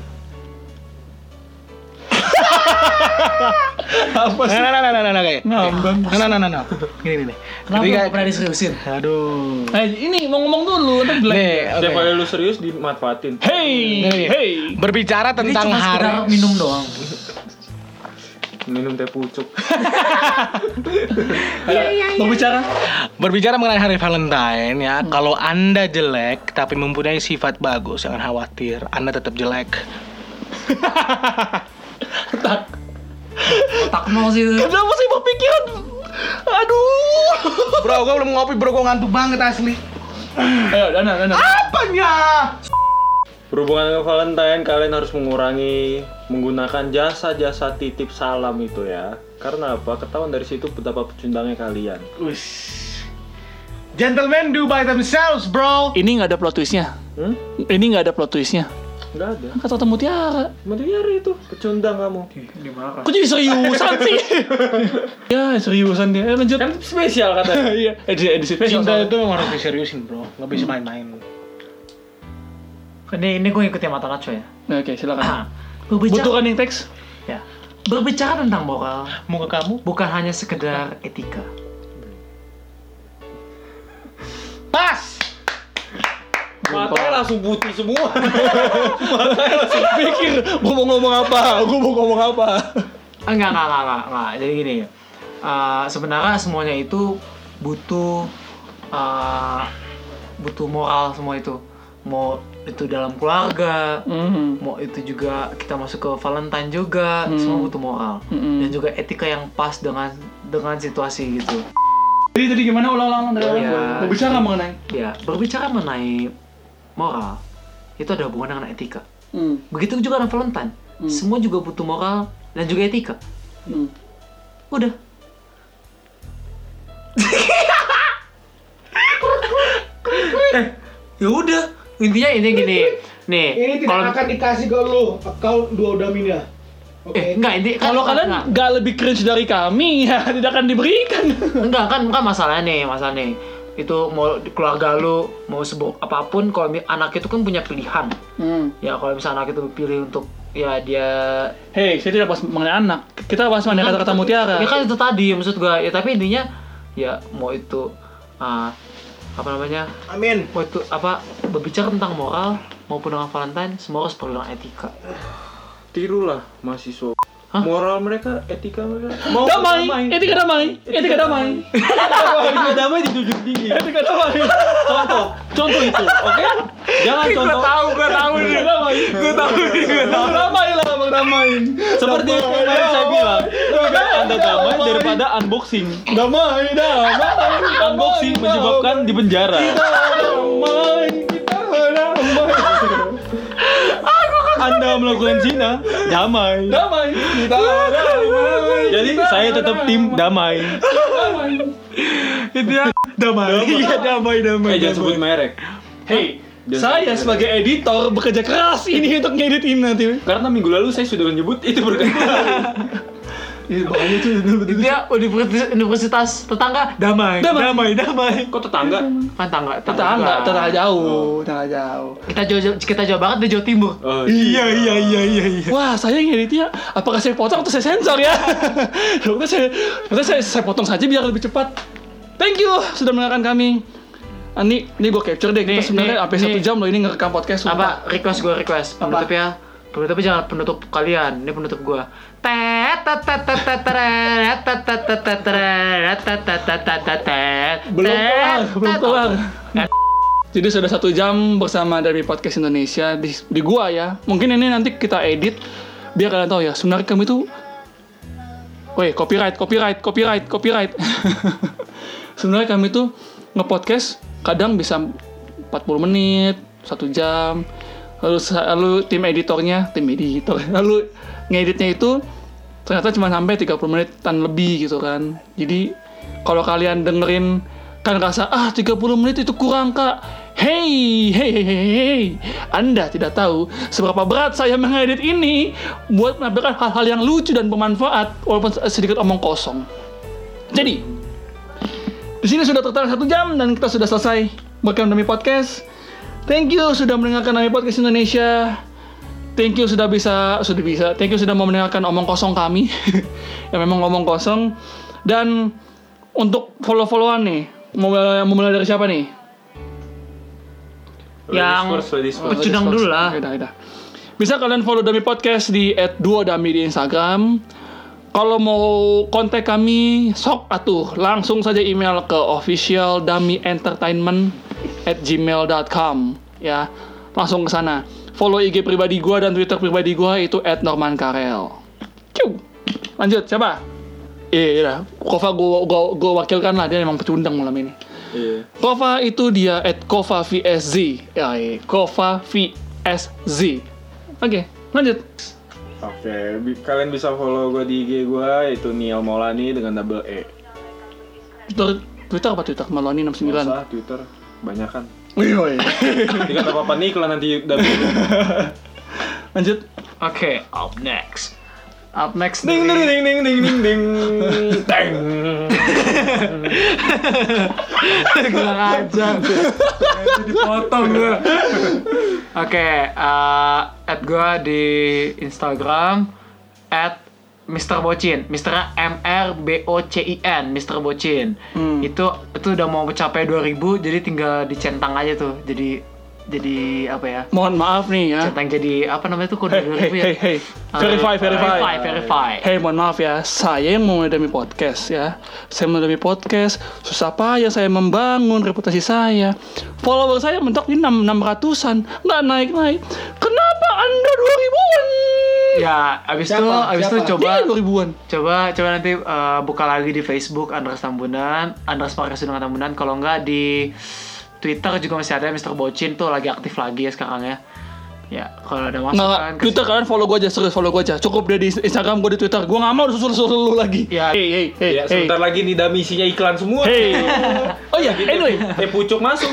[SPEAKER 1] Apa
[SPEAKER 2] Nah,
[SPEAKER 1] sih?
[SPEAKER 2] nah, nah, nah, nah, nah, nah, kayak.
[SPEAKER 1] Ngambang.
[SPEAKER 2] Nah, nah, nah, nah. Gini, gini.
[SPEAKER 4] Kenapa
[SPEAKER 2] Ketika-
[SPEAKER 4] gak pernah diseriusin?
[SPEAKER 2] Aduh.
[SPEAKER 1] Nah, ini mau ngomong dulu, ntar black.
[SPEAKER 2] Nih, oke.
[SPEAKER 5] Setiap kali lu serius dimanfaatin.
[SPEAKER 1] Hey,
[SPEAKER 4] ya?
[SPEAKER 2] Nih,
[SPEAKER 1] hey.
[SPEAKER 2] Berbicara
[SPEAKER 4] Ini
[SPEAKER 2] tentang
[SPEAKER 4] cuma
[SPEAKER 2] hari.
[SPEAKER 4] sekedar minum doang.
[SPEAKER 5] Minum teh pucuk.
[SPEAKER 1] Berbicara.
[SPEAKER 2] Berbicara mengenai hari Valentine ya, kalau Anda jelek tapi mempunyai sifat bagus, jangan khawatir, Anda tetap jelek.
[SPEAKER 4] Otak nol sih itu.
[SPEAKER 1] Kenapa sih berpikiran? Aduh.
[SPEAKER 2] Bro, gua belum ngopi, bro, gua ngantuk banget asli.
[SPEAKER 1] Ayo, Dana, Dana.
[SPEAKER 2] Apanya?
[SPEAKER 5] Berhubungan dengan Valentine, kalian harus mengurangi menggunakan jasa-jasa titip salam itu ya. Karena apa? Ketahuan dari situ betapa pecundangnya kalian.
[SPEAKER 2] Gentlemen do by themselves, bro.
[SPEAKER 1] Ini nggak ada plot twistnya.
[SPEAKER 5] Hmm?
[SPEAKER 1] Ini nggak ada plot twistnya.
[SPEAKER 5] Nggak ada.
[SPEAKER 1] Kata ketemu Tiara.
[SPEAKER 5] Mutiara itu pecundang kamu.
[SPEAKER 1] Kok jadi seriusan sih? ya seriusan dia. Eh, lanjut.
[SPEAKER 5] Kan spesial katanya.
[SPEAKER 1] Iya, edisi edisi spesial.
[SPEAKER 2] Cinta
[SPEAKER 1] soalnya.
[SPEAKER 2] itu memang harus diseriusin, bro. Gak bisa main-main.
[SPEAKER 4] Ini ini gue ngikutin mata Nacho ya.
[SPEAKER 1] Nah, Oke,
[SPEAKER 5] Ah.
[SPEAKER 1] silakan.
[SPEAKER 4] Berbicara,
[SPEAKER 1] Butuhkan yang teks.
[SPEAKER 4] ya. Berbicara tentang moral
[SPEAKER 2] Muka kamu?
[SPEAKER 4] bukan hanya sekedar etika.
[SPEAKER 2] Pas.
[SPEAKER 5] Matanya langsung putih semua.
[SPEAKER 1] Pikir, gua mau ngomong apa? Gua mau ngomong apa?
[SPEAKER 4] Enggak, enggak, enggak, enggak, enggak. Jadi gini, eh, sebenarnya semuanya itu butuh eh, butuh moral semua itu. Mau itu dalam keluarga, mau itu juga kita masuk ke Valentine juga, semua butuh moral
[SPEAKER 1] Mm-mm.
[SPEAKER 4] dan juga etika yang pas dengan dengan situasi gitu.
[SPEAKER 1] Jadi jadi gimana ulang-ulang dari awal?
[SPEAKER 4] Iya.
[SPEAKER 1] Mau bicara mengenai?
[SPEAKER 4] Ya, berbicara mengenai moral itu ada hubungan dengan etika.
[SPEAKER 1] Hmm.
[SPEAKER 4] Begitu juga dengan Valentine. Semua juga butuh moral dan juga etika.
[SPEAKER 1] Hmm.
[SPEAKER 4] Udah. eh, ya udah. Intinya ini gini. Nih, kalau
[SPEAKER 2] dikasih ke lu. Kau dua udah mina.
[SPEAKER 4] eh enggak ini kan-
[SPEAKER 1] Kalau kalian nggak lebih cringe dari kami, ya tidak akan diberikan.
[SPEAKER 4] enggak kan kan masalahnya nih, masalah nih. itu mau keluarga lu mau sebuk apapun kalau mi- anak itu kan punya pilihan
[SPEAKER 1] Hmm.
[SPEAKER 4] ya kalau misalnya anak itu pilih untuk ya dia
[SPEAKER 1] Hey, saya tidak bahas mengenai anak. Kita bahas mengenai kata-kata mutiara.
[SPEAKER 4] ya kan itu tadi maksud gua ya tapi intinya ya mau itu ah, apa namanya
[SPEAKER 2] Amin.
[SPEAKER 4] mau itu apa berbicara tentang moral maupun dengan Valentine semua harus perlu dengan etika
[SPEAKER 5] Tirulah mahasiswa.
[SPEAKER 4] Hah?
[SPEAKER 5] Moral mereka, etika mereka. Mau
[SPEAKER 1] Damai, etika damai, etika damai,
[SPEAKER 5] Etika damai dijunjung tinggi.
[SPEAKER 1] etika damai.
[SPEAKER 5] Contoh, contoh itu, oke? Jangan Ah, contoh.
[SPEAKER 4] tahu gua tahu nih
[SPEAKER 1] damai. Gue tahu, damai lah, bang damai.
[SPEAKER 5] Seperti yang kemarin saya bilang, lebih baik anda damai daripada unboxing.
[SPEAKER 1] Damai, damai.
[SPEAKER 5] Unboxing menyebabkan di penjara.
[SPEAKER 1] Damai, kita damai.
[SPEAKER 5] Anda melakukan zina, damai.
[SPEAKER 1] Damai, kita damai.
[SPEAKER 5] Jadi saya tetap tim damai.
[SPEAKER 1] damai. Iya, damai, damai.
[SPEAKER 5] Eh jangan sebut merek.
[SPEAKER 1] Hey,
[SPEAKER 5] Jangan
[SPEAKER 1] saya
[SPEAKER 5] sebut
[SPEAKER 1] sebagai editor bekerja keras ini untuk ngedit ini nanti.
[SPEAKER 5] Karena minggu lalu saya sudah menyebut itu berkali-kali.
[SPEAKER 1] Makanya tuh
[SPEAKER 4] dia universitas, universitas tetangga damai
[SPEAKER 1] damai, damai.
[SPEAKER 5] Kok tetangga?
[SPEAKER 4] kan tangga
[SPEAKER 1] Tetangga, tetangga jauh, tetangga jauh.
[SPEAKER 4] kita jauh jauh- kita jauh banget di Jawa Timur
[SPEAKER 5] Oh, iya iya iya iya.
[SPEAKER 1] Wah, saya ngeditnya apakah saya potong atau saya sensor ya? Dokter saya, dokter saya, saya potong saja biar lebih cepat. Thank you sudah mendengarkan kami. Ah, Ini, ini gue capture deh. Kita
[SPEAKER 4] Nih, nih,
[SPEAKER 1] sebenarnya sampai satu
[SPEAKER 4] nih.
[SPEAKER 1] jam loh ini ngerekam podcast. sumpah.
[SPEAKER 4] apa request gue request penutup ya penutup jangan penutup kalian ini penutup gue
[SPEAKER 1] Belum kelar, belum kelar. Jadi sudah satu jam bersama dari podcast Indonesia di, di gua ya. Mungkin ini nanti kita edit biar kalian tahu ya. Sebenarnya kami tuh, woi copyright, copyright, copyright, copyright. sebenarnya kami tuh ngepodcast kadang bisa 40 menit, satu jam. Lalu, sa- lalu tim editornya, tim editor, lalu ngeditnya itu ternyata cuma sampai 30 menitan lebih gitu kan. Jadi kalau kalian dengerin kan rasa ah 30 menit itu kurang kak. Hey, hey, hey, hey, hey, Anda tidak tahu seberapa berat saya mengedit ini buat menampilkan hal-hal yang lucu dan bermanfaat walaupun sedikit omong kosong. Jadi, di sini sudah tertarik satu jam dan kita sudah selesai Welcome demi podcast. Thank you sudah mendengarkan Demi Podcast Indonesia. Thank you sudah bisa sudah bisa. Thank you sudah mau mendengarkan omong kosong kami. yang memang omong kosong. Dan untuk follow-followan nih, mau yang mau mulai dari siapa nih?
[SPEAKER 5] Oh,
[SPEAKER 4] Yang-
[SPEAKER 5] Ladies first, ladies first.
[SPEAKER 4] Pecundang dulu lah.
[SPEAKER 1] Oke, dah, dah. Bisa kalian follow Dami Podcast di @duodami di Instagram. Kalau mau kontak kami, sok atuh langsung saja email ke officialdamientertainment at gmail.com ya. Langsung ke sana. Follow IG pribadi gua dan Twitter pribadi gua itu @normankarel. Cium. Lanjut, siapa? Iya, iya. dah. Kova gua, gua, gua wakilkan lah, dia emang pecundang malam ini.
[SPEAKER 5] Iya.
[SPEAKER 1] Kova itu dia at Kova VSZ. Ya, iya, Kova VSZ. Oke, lanjut.
[SPEAKER 5] Oke, bi- kalian bisa follow gue di IG gue yaitu Niel Maulani dengan double E.
[SPEAKER 1] Twitter, Twitter apa Twitter? Maloni
[SPEAKER 5] Nggak
[SPEAKER 1] 69.
[SPEAKER 5] usah Twitter, banyak kan.
[SPEAKER 1] Wih, wih.
[SPEAKER 5] Tinggal apa apa nih kalau nanti double E.
[SPEAKER 1] lanjut.
[SPEAKER 4] oke up next up next
[SPEAKER 5] Ding ding
[SPEAKER 4] dari-
[SPEAKER 5] ding ding ding ding ding. Teng.
[SPEAKER 4] Kurang ajar Dipotong gue Oke eh, At gue di Instagram At Mr. Bocin Mr. M-R-B-O-C-I-N Mr. Bocin
[SPEAKER 1] Hmm.
[SPEAKER 4] Itu itu udah mau mencapai 2000 Jadi tinggal dicentang aja tuh Jadi Jadi apa ya
[SPEAKER 1] Mohon maaf nih ya.
[SPEAKER 4] Centang jadi apa namanya tuh kode
[SPEAKER 1] Hey, hey,
[SPEAKER 4] 2000 ya
[SPEAKER 1] hey, hey.
[SPEAKER 4] Eh,
[SPEAKER 1] Verify, verify.
[SPEAKER 4] Verify, verify
[SPEAKER 1] Hey, mohon maaf ya. Saya yang mulai demi podcast ya. Saya mulai demi podcast. Susah payah saya membangun reputasi saya. Follower saya mentok di 6 600-an. Nggak naik-naik. Kenapa Anda 2000-an?
[SPEAKER 4] Ya, abis itu, abis itu coba
[SPEAKER 1] Iya, 2000-an.
[SPEAKER 4] Coba coba nanti eh, buka lagi di Facebook Andres Tambunan, Andres Markas dengan Tambunan. Kalau nggak di Twitter juga masih ada Mr. Bocin tuh lagi aktif lagi ya sekarang ya. Ya, kalau ada
[SPEAKER 1] Nggak, nggak.
[SPEAKER 4] masukan
[SPEAKER 1] Twitter kalian follow gue aja, serius follow gue aja. Cukup deh di Instagram, gue di Twitter. Gue nggak mau susul-susul lu lagi.
[SPEAKER 4] Ya.
[SPEAKER 1] Hey, hey, hey,
[SPEAKER 5] Ya,
[SPEAKER 1] hey.
[SPEAKER 5] sebentar lagi nih dami isinya iklan semua.
[SPEAKER 1] Hey. Oh iya, anyway.
[SPEAKER 5] Eh pucuk masuk.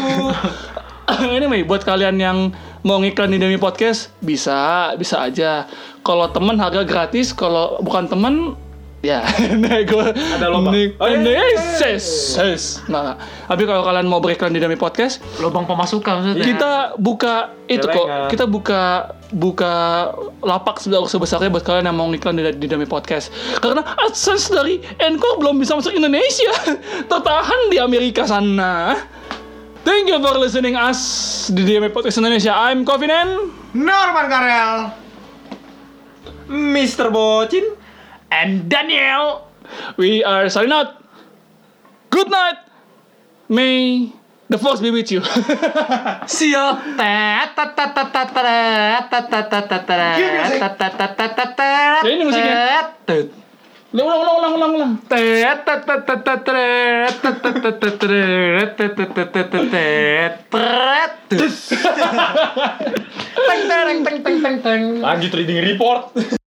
[SPEAKER 1] anyway, buat kalian yang mau ngiklan di Demi Podcast, bisa, bisa aja. Kalau temen harga gratis, kalau bukan temen, Ya, nego.
[SPEAKER 5] Ada lobang. Oh, iya, iya,
[SPEAKER 1] Neses. Nah, tapi kalau kalian mau beriklan di Dami Podcast,
[SPEAKER 4] Lubang pemasukan maksudnya.
[SPEAKER 1] kita buka itu kok.
[SPEAKER 5] Celengan.
[SPEAKER 1] Kita buka buka lapak sebesar sebesarnya buat kalian yang mau ngiklan di, di Dami Podcast. Karena AdSense dari Encore belum bisa masuk Indonesia. Tertahan di Amerika sana. Thank you for listening us di Dami Podcast Indonesia. I'm Covinen.
[SPEAKER 6] Norman Karel.
[SPEAKER 5] Mr. Bocin.
[SPEAKER 4] And Daniel.
[SPEAKER 1] We are signing out. Good night. May the force be with you.
[SPEAKER 4] See ya. Ini
[SPEAKER 1] musiknya. ulang ulang ulang ulang ulang.
[SPEAKER 4] Teng teng teng teng teng teng.
[SPEAKER 5] Lanjut reading report.